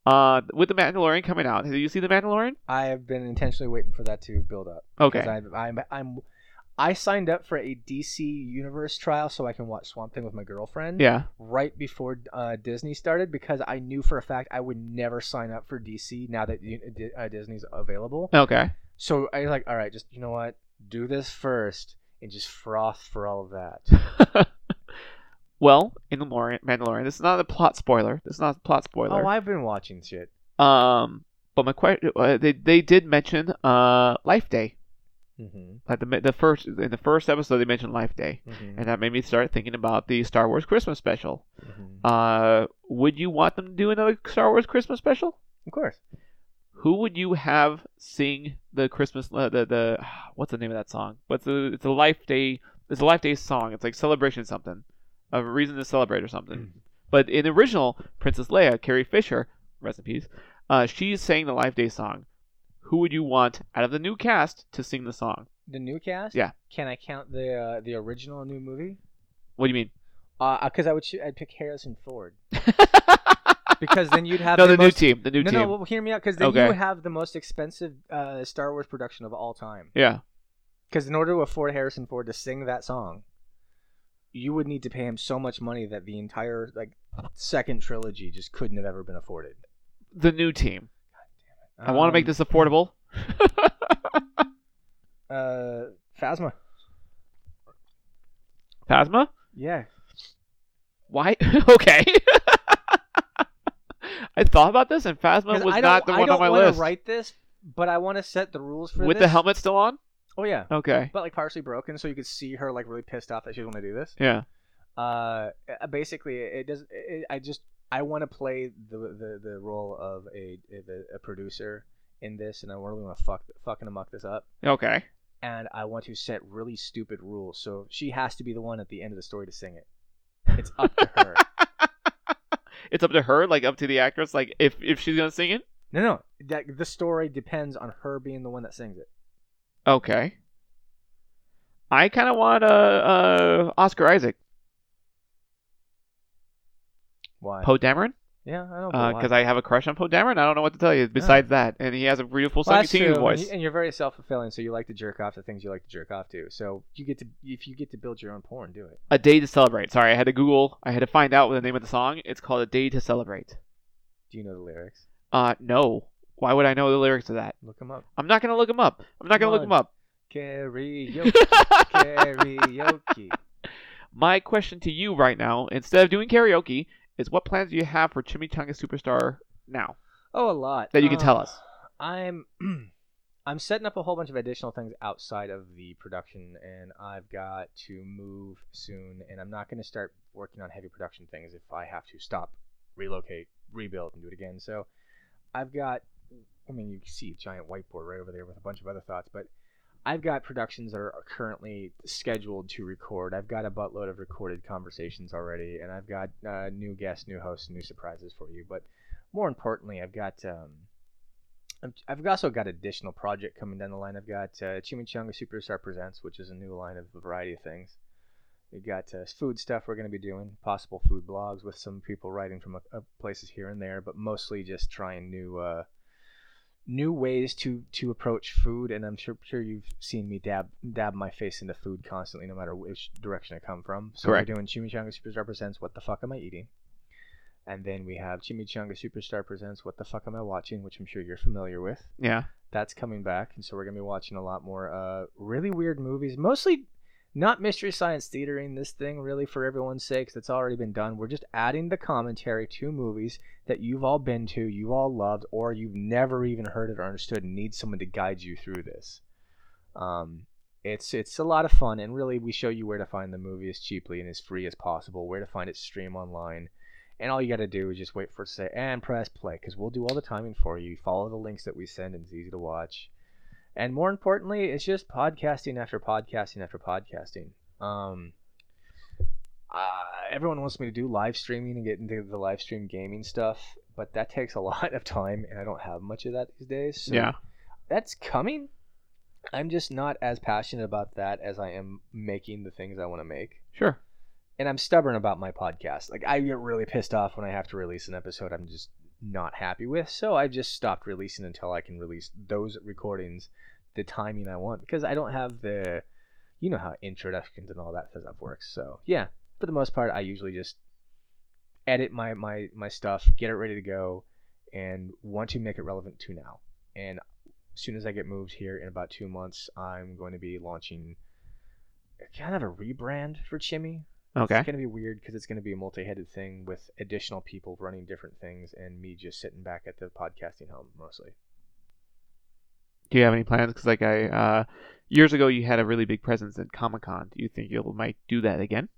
[SPEAKER 1] Uh, with the Mandalorian coming out, did you see the Mandalorian?
[SPEAKER 2] I have been intentionally waiting for that to build up.
[SPEAKER 1] Okay.
[SPEAKER 2] 'Cause I'm, I'm, I'm, I signed up for a DC Universe trial so I can watch Swamp Thing with my girlfriend.
[SPEAKER 1] yeah.
[SPEAKER 2] Right before uh, Disney started, because I knew for a fact I would never sign up for DC now that you- Di- uh, Disney's available.
[SPEAKER 1] Okay.
[SPEAKER 2] So I was like, all right, just you know what, do this first and just froth for all of that.
[SPEAKER 1] well, in the Mandalorian, Mandalorian, this is not a plot spoiler. This is not a plot spoiler.
[SPEAKER 2] Oh, I've been watching shit.
[SPEAKER 1] Um, but my question, uh, they they did mention uh Life Day.
[SPEAKER 2] Mm-hmm.
[SPEAKER 1] Like the the first in the first episode, they mentioned Life Day, and that made me start thinking about the Star Wars Christmas special.
[SPEAKER 2] mm-hmm.
[SPEAKER 1] Uh, would you want them to do another Star Wars Christmas special?
[SPEAKER 2] Of course.
[SPEAKER 1] Who would you have sing the Christmas uh, the the what's the name of that song? What's the it's a Life Day it's a Life Day song. It's like celebration something, a reason to celebrate or
[SPEAKER 2] Mm.
[SPEAKER 1] something. But in the original, Princess Leia, Carrie Fisher, rest in peace, uh, she sang the Life Day song. Who would you want out of the new cast to sing the song?
[SPEAKER 2] The new cast.
[SPEAKER 1] Yeah.
[SPEAKER 2] Can I count the uh, the original new movie?
[SPEAKER 1] What do you mean?
[SPEAKER 2] Because Uh, I would choo- I'd pick Harrison Ford because then you'd have
[SPEAKER 1] no, the
[SPEAKER 2] the,
[SPEAKER 1] new
[SPEAKER 2] most-
[SPEAKER 1] team, the new
[SPEAKER 2] no,
[SPEAKER 1] team.
[SPEAKER 2] no. Well, hear me out because then
[SPEAKER 1] Okay.
[SPEAKER 2] you would have the most expensive uh, Star Wars production of all time.
[SPEAKER 1] Yeah,
[SPEAKER 2] Because in order to afford Harrison Ford to sing that song, you would need to pay him so much money that the entire like second trilogy just couldn't have ever been afforded.
[SPEAKER 1] the new team. I want to make
[SPEAKER 2] Um,
[SPEAKER 1] this affordable.
[SPEAKER 2] uh Phasma.
[SPEAKER 1] Phasma.
[SPEAKER 2] Yeah.
[SPEAKER 1] Why? okay. I thought about this, and Phasma
[SPEAKER 2] 'Cause
[SPEAKER 1] was
[SPEAKER 2] I don't,
[SPEAKER 1] not the
[SPEAKER 2] I
[SPEAKER 1] one
[SPEAKER 2] don't
[SPEAKER 1] on my
[SPEAKER 2] wanna
[SPEAKER 1] list.
[SPEAKER 2] write this, but I want to set the rules for
[SPEAKER 1] With
[SPEAKER 2] this.
[SPEAKER 1] the helmet still on?
[SPEAKER 2] Oh yeah.
[SPEAKER 1] Okay.
[SPEAKER 2] But like partially broken, so you could see her like really pissed off that she doesn't want to do this.
[SPEAKER 1] Yeah.
[SPEAKER 2] Uh, uh, basically, it does. It, I just I want to play the, the the role of a a, a producer in this, and I really want to fuck fucking muck this up.
[SPEAKER 1] Okay.
[SPEAKER 2] and I want to set really stupid rules. So she has to be the one at the end of the story to sing it. It's up to her.
[SPEAKER 1] It's up to her, like up to the actress, like if if she's gonna sing it.
[SPEAKER 2] no, no, that the story depends on her being the one that sings it.
[SPEAKER 1] Okay. I kind of want uh, uh Oscar Isaac,
[SPEAKER 2] Why?
[SPEAKER 1] Poe Dameron,
[SPEAKER 2] yeah, I don't know Oh, why.
[SPEAKER 1] because uh, I have a crush on Poe Dameron. I don't know what to tell you besides that, and he has a beautiful singing
[SPEAKER 2] Well, that's true,
[SPEAKER 1] singing
[SPEAKER 2] and you-
[SPEAKER 1] voice.
[SPEAKER 2] and you're very self-fulfilling, so you like to jerk off to things you like to jerk off to. So you get to, if you get to build your own porn, do it.
[SPEAKER 1] A day to celebrate. Sorry, I had to Google. I had to find out what the name of the song. It's called A Day to Celebrate.
[SPEAKER 2] Do you know the lyrics?
[SPEAKER 1] Uh, no. Why would I know the lyrics to that?
[SPEAKER 2] Look them up.
[SPEAKER 1] I'm not gonna look him up. I'm not gonna look him
[SPEAKER 2] Come
[SPEAKER 1] up.
[SPEAKER 2] Karaoke, karaoke.
[SPEAKER 1] My question to you right now, instead of doing karaoke, is what plans do you have for Chimichanga Superstar now?
[SPEAKER 2] Oh, a lot
[SPEAKER 1] That you can tell
[SPEAKER 2] Um,
[SPEAKER 1] us.
[SPEAKER 2] I'm I'm setting up a whole bunch of additional things outside of the production, and I've got to move soon. And I'm not going to start working on heavy production things if I have to stop, relocate, rebuild, and do it again. So I've got. I mean, you can see a giant whiteboard right over there with a bunch of other thoughts, but I've got productions that are currently scheduled to record. I've got a buttload of recorded conversations already, and I've got uh, new guests, new hosts, new surprises for you. But more importantly, I've got. Um, I've- I've also got additional project coming down the line. I've got uh, Chimichanga Superstar Presents, which is a new line of a variety of things. We've got uh, food stuff we're going to be doing, possible food blogs with some people writing from uh, uh, places here and there, but mostly just trying new uh, new ways to to approach food. And I'm sure sure you've seen me dab dab my face into food constantly, no matter which direction I come from. So
[SPEAKER 1] Correct.
[SPEAKER 2] we're doing Chimichanga Superstar Presents. What the fuck am I eating? And then we have Chimichanga Superstar Presents What the Fuck Am I Watching, which I'm sure you're familiar with.
[SPEAKER 1] Yeah.
[SPEAKER 2] That's coming back, and so we're going to be watching a lot more uh, really weird movies, mostly not mystery science theatering this thing really for everyone's sakes that's already been done we're just adding the commentary to movies that you've all been to you've all loved or you've never even heard it or understood and need someone to guide you through this um, it's it's a lot of fun and really we show you where to find the movie as cheaply and as free as possible where to find it stream online and all you got to do is just wait for it to say and press play because we'll do all the timing for you follow the links that we send and it's easy to watch and more importantly it's just podcasting after podcasting after podcasting um uh, everyone wants me to do live streaming and get into the live stream gaming stuff but that takes a lot of time and i don't have much of that these days so
[SPEAKER 1] yeah.
[SPEAKER 2] that's coming. I'm just not as passionate about that as I am making the things I want to make.
[SPEAKER 1] Sure.
[SPEAKER 2] And I'm stubborn about my podcast. Like I get really pissed off when I have to release an episode. I'm just not happy with. So I've just stopped releasing until I can release those recordings the timing I want because I don't have the, you know, how introductions and all that stuff works. So yeah, for the most part, I usually just edit my, my, my stuff, get it ready to go, and want to make it relevant to now. And as soon as I get moved here in about two months, I'm going to be launching kind of a rebrand for Chimmy.
[SPEAKER 1] Okay.
[SPEAKER 2] It's going to be weird because it's going to be a multi headed thing with additional people running different things and me just sitting back at the podcasting home mostly.
[SPEAKER 1] Do you have any plans? Because like I, uh, years ago you had a really big presence at Comic Con. Do you think you might do that again?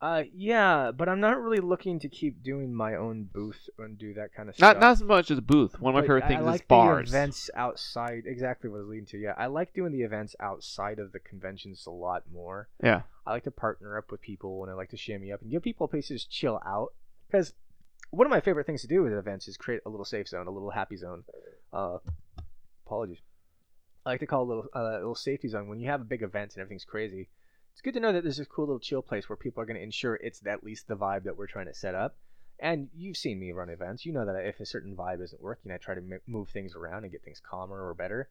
[SPEAKER 2] Uh, yeah, but I'm not really looking to keep doing my own booth and do that kind of
[SPEAKER 1] Not
[SPEAKER 2] stuff.
[SPEAKER 1] not as much as booth. One of my
[SPEAKER 2] But
[SPEAKER 1] favorite
[SPEAKER 2] I
[SPEAKER 1] things
[SPEAKER 2] like
[SPEAKER 1] is bars.
[SPEAKER 2] The events outside, exactly what I was leading to. Yeah, I like doing the events outside of the conventions a lot more.
[SPEAKER 1] Yeah.
[SPEAKER 2] I like to partner up with people and I like to shimmy up and give people places to chill out. Because one of my favorite things to do with events is create a little safe zone, a little happy zone. Uh, apologies. I like to call it a little, uh, a little safety zone. When you have a big event and everything's crazy, it's good to know that there's this cool little chill place where people are going to ensure it's at least the vibe that we're trying to set up. And you've seen me run events. You know that if a certain vibe isn't working, I try to m- move things around and get things calmer or better.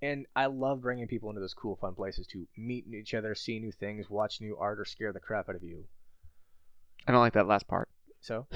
[SPEAKER 2] And I love bringing people into those cool, fun places to meet each other, see new things, watch new art, or scare the crap out of you.
[SPEAKER 1] I don't like that last part.
[SPEAKER 2] So,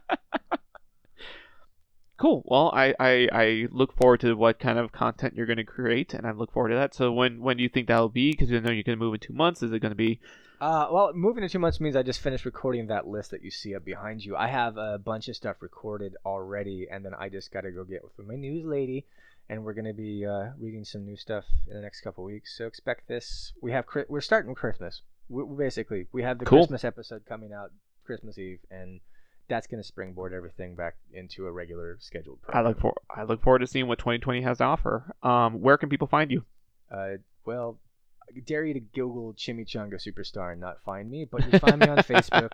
[SPEAKER 1] cool. Well, I, I I look forward to what kind of content you're going to create, and I look forward to that. So when when do you think that'll be? Because you know you're going to move in two months. Is it going to be?
[SPEAKER 2] uh, well, moving to two months means I just finished recording that list that you see up behind you. I have a bunch of stuff recorded already, and then I just got to go get with my news lady, and we're gonna be uh, reading some new stuff in the next couple weeks. So expect this. We have Chri- we're starting Christmas. We, we basically we have the
[SPEAKER 1] Cool.
[SPEAKER 2] Christmas episode coming out Christmas Eve, and that's gonna springboard everything back into a regular scheduled.
[SPEAKER 1] I
[SPEAKER 2] Program.
[SPEAKER 1] look for I look forward to seeing what 2020 has to offer. Um, where can people find you?
[SPEAKER 2] Uh, well, I dare you to Google Chimichanga Superstar and not find me, but you find me on Facebook.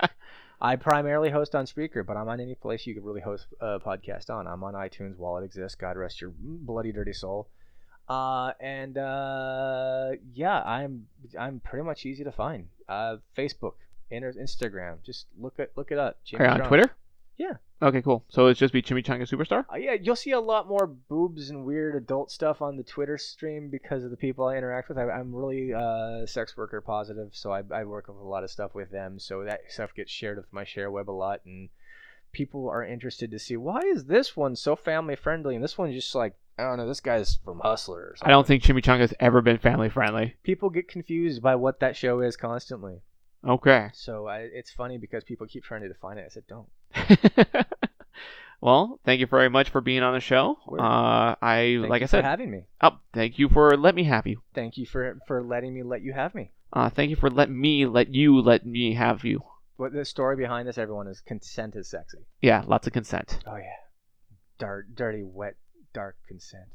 [SPEAKER 2] I primarily host on Spreaker, but I'm on any place you could really host a podcast on. I'm on iTunes while it exists. God rest your bloody dirty soul. Uh, and uh, yeah, I'm I'm pretty much easy to find. Uh, Facebook, inter- Instagram, just look it look it up. Jimmy
[SPEAKER 1] Are you on
[SPEAKER 2] Strong.
[SPEAKER 1] Twitter?
[SPEAKER 2] Yeah.
[SPEAKER 1] Okay, cool. So it's just be Chimichanga Superstar.
[SPEAKER 2] Uh, yeah, you'll see a lot more boobs and weird adult stuff on the Twitter stream because of the people I interact with. I, I'm really uh, sex worker positive, so I, I work with a lot of stuff with them. So that stuff gets shared with my share web a lot, and people are interested to see why is this one so family friendly and this one's just like I don't know. This guy's from Hustler. Or something.
[SPEAKER 1] I don't think Chimichanga's ever been family friendly.
[SPEAKER 2] people get confused by what that show is constantly.
[SPEAKER 1] Okay.
[SPEAKER 2] So I, it's funny because people keep trying to define it. I said, don't.
[SPEAKER 1] well, thank you very much for being on the show.
[SPEAKER 2] Sure.
[SPEAKER 1] Uh, I
[SPEAKER 2] Thank
[SPEAKER 1] like
[SPEAKER 2] you
[SPEAKER 1] I said,
[SPEAKER 2] for having me.
[SPEAKER 1] oh, thank you for let me have you.
[SPEAKER 2] Thank you for for letting me let you have me.
[SPEAKER 1] Uh, thank you for let me let you let me have you.
[SPEAKER 2] What the story behind this, everyone, is consent is sexy.
[SPEAKER 1] Yeah, lots of consent.
[SPEAKER 2] Oh yeah, Dar- dirty, wet, dark consent.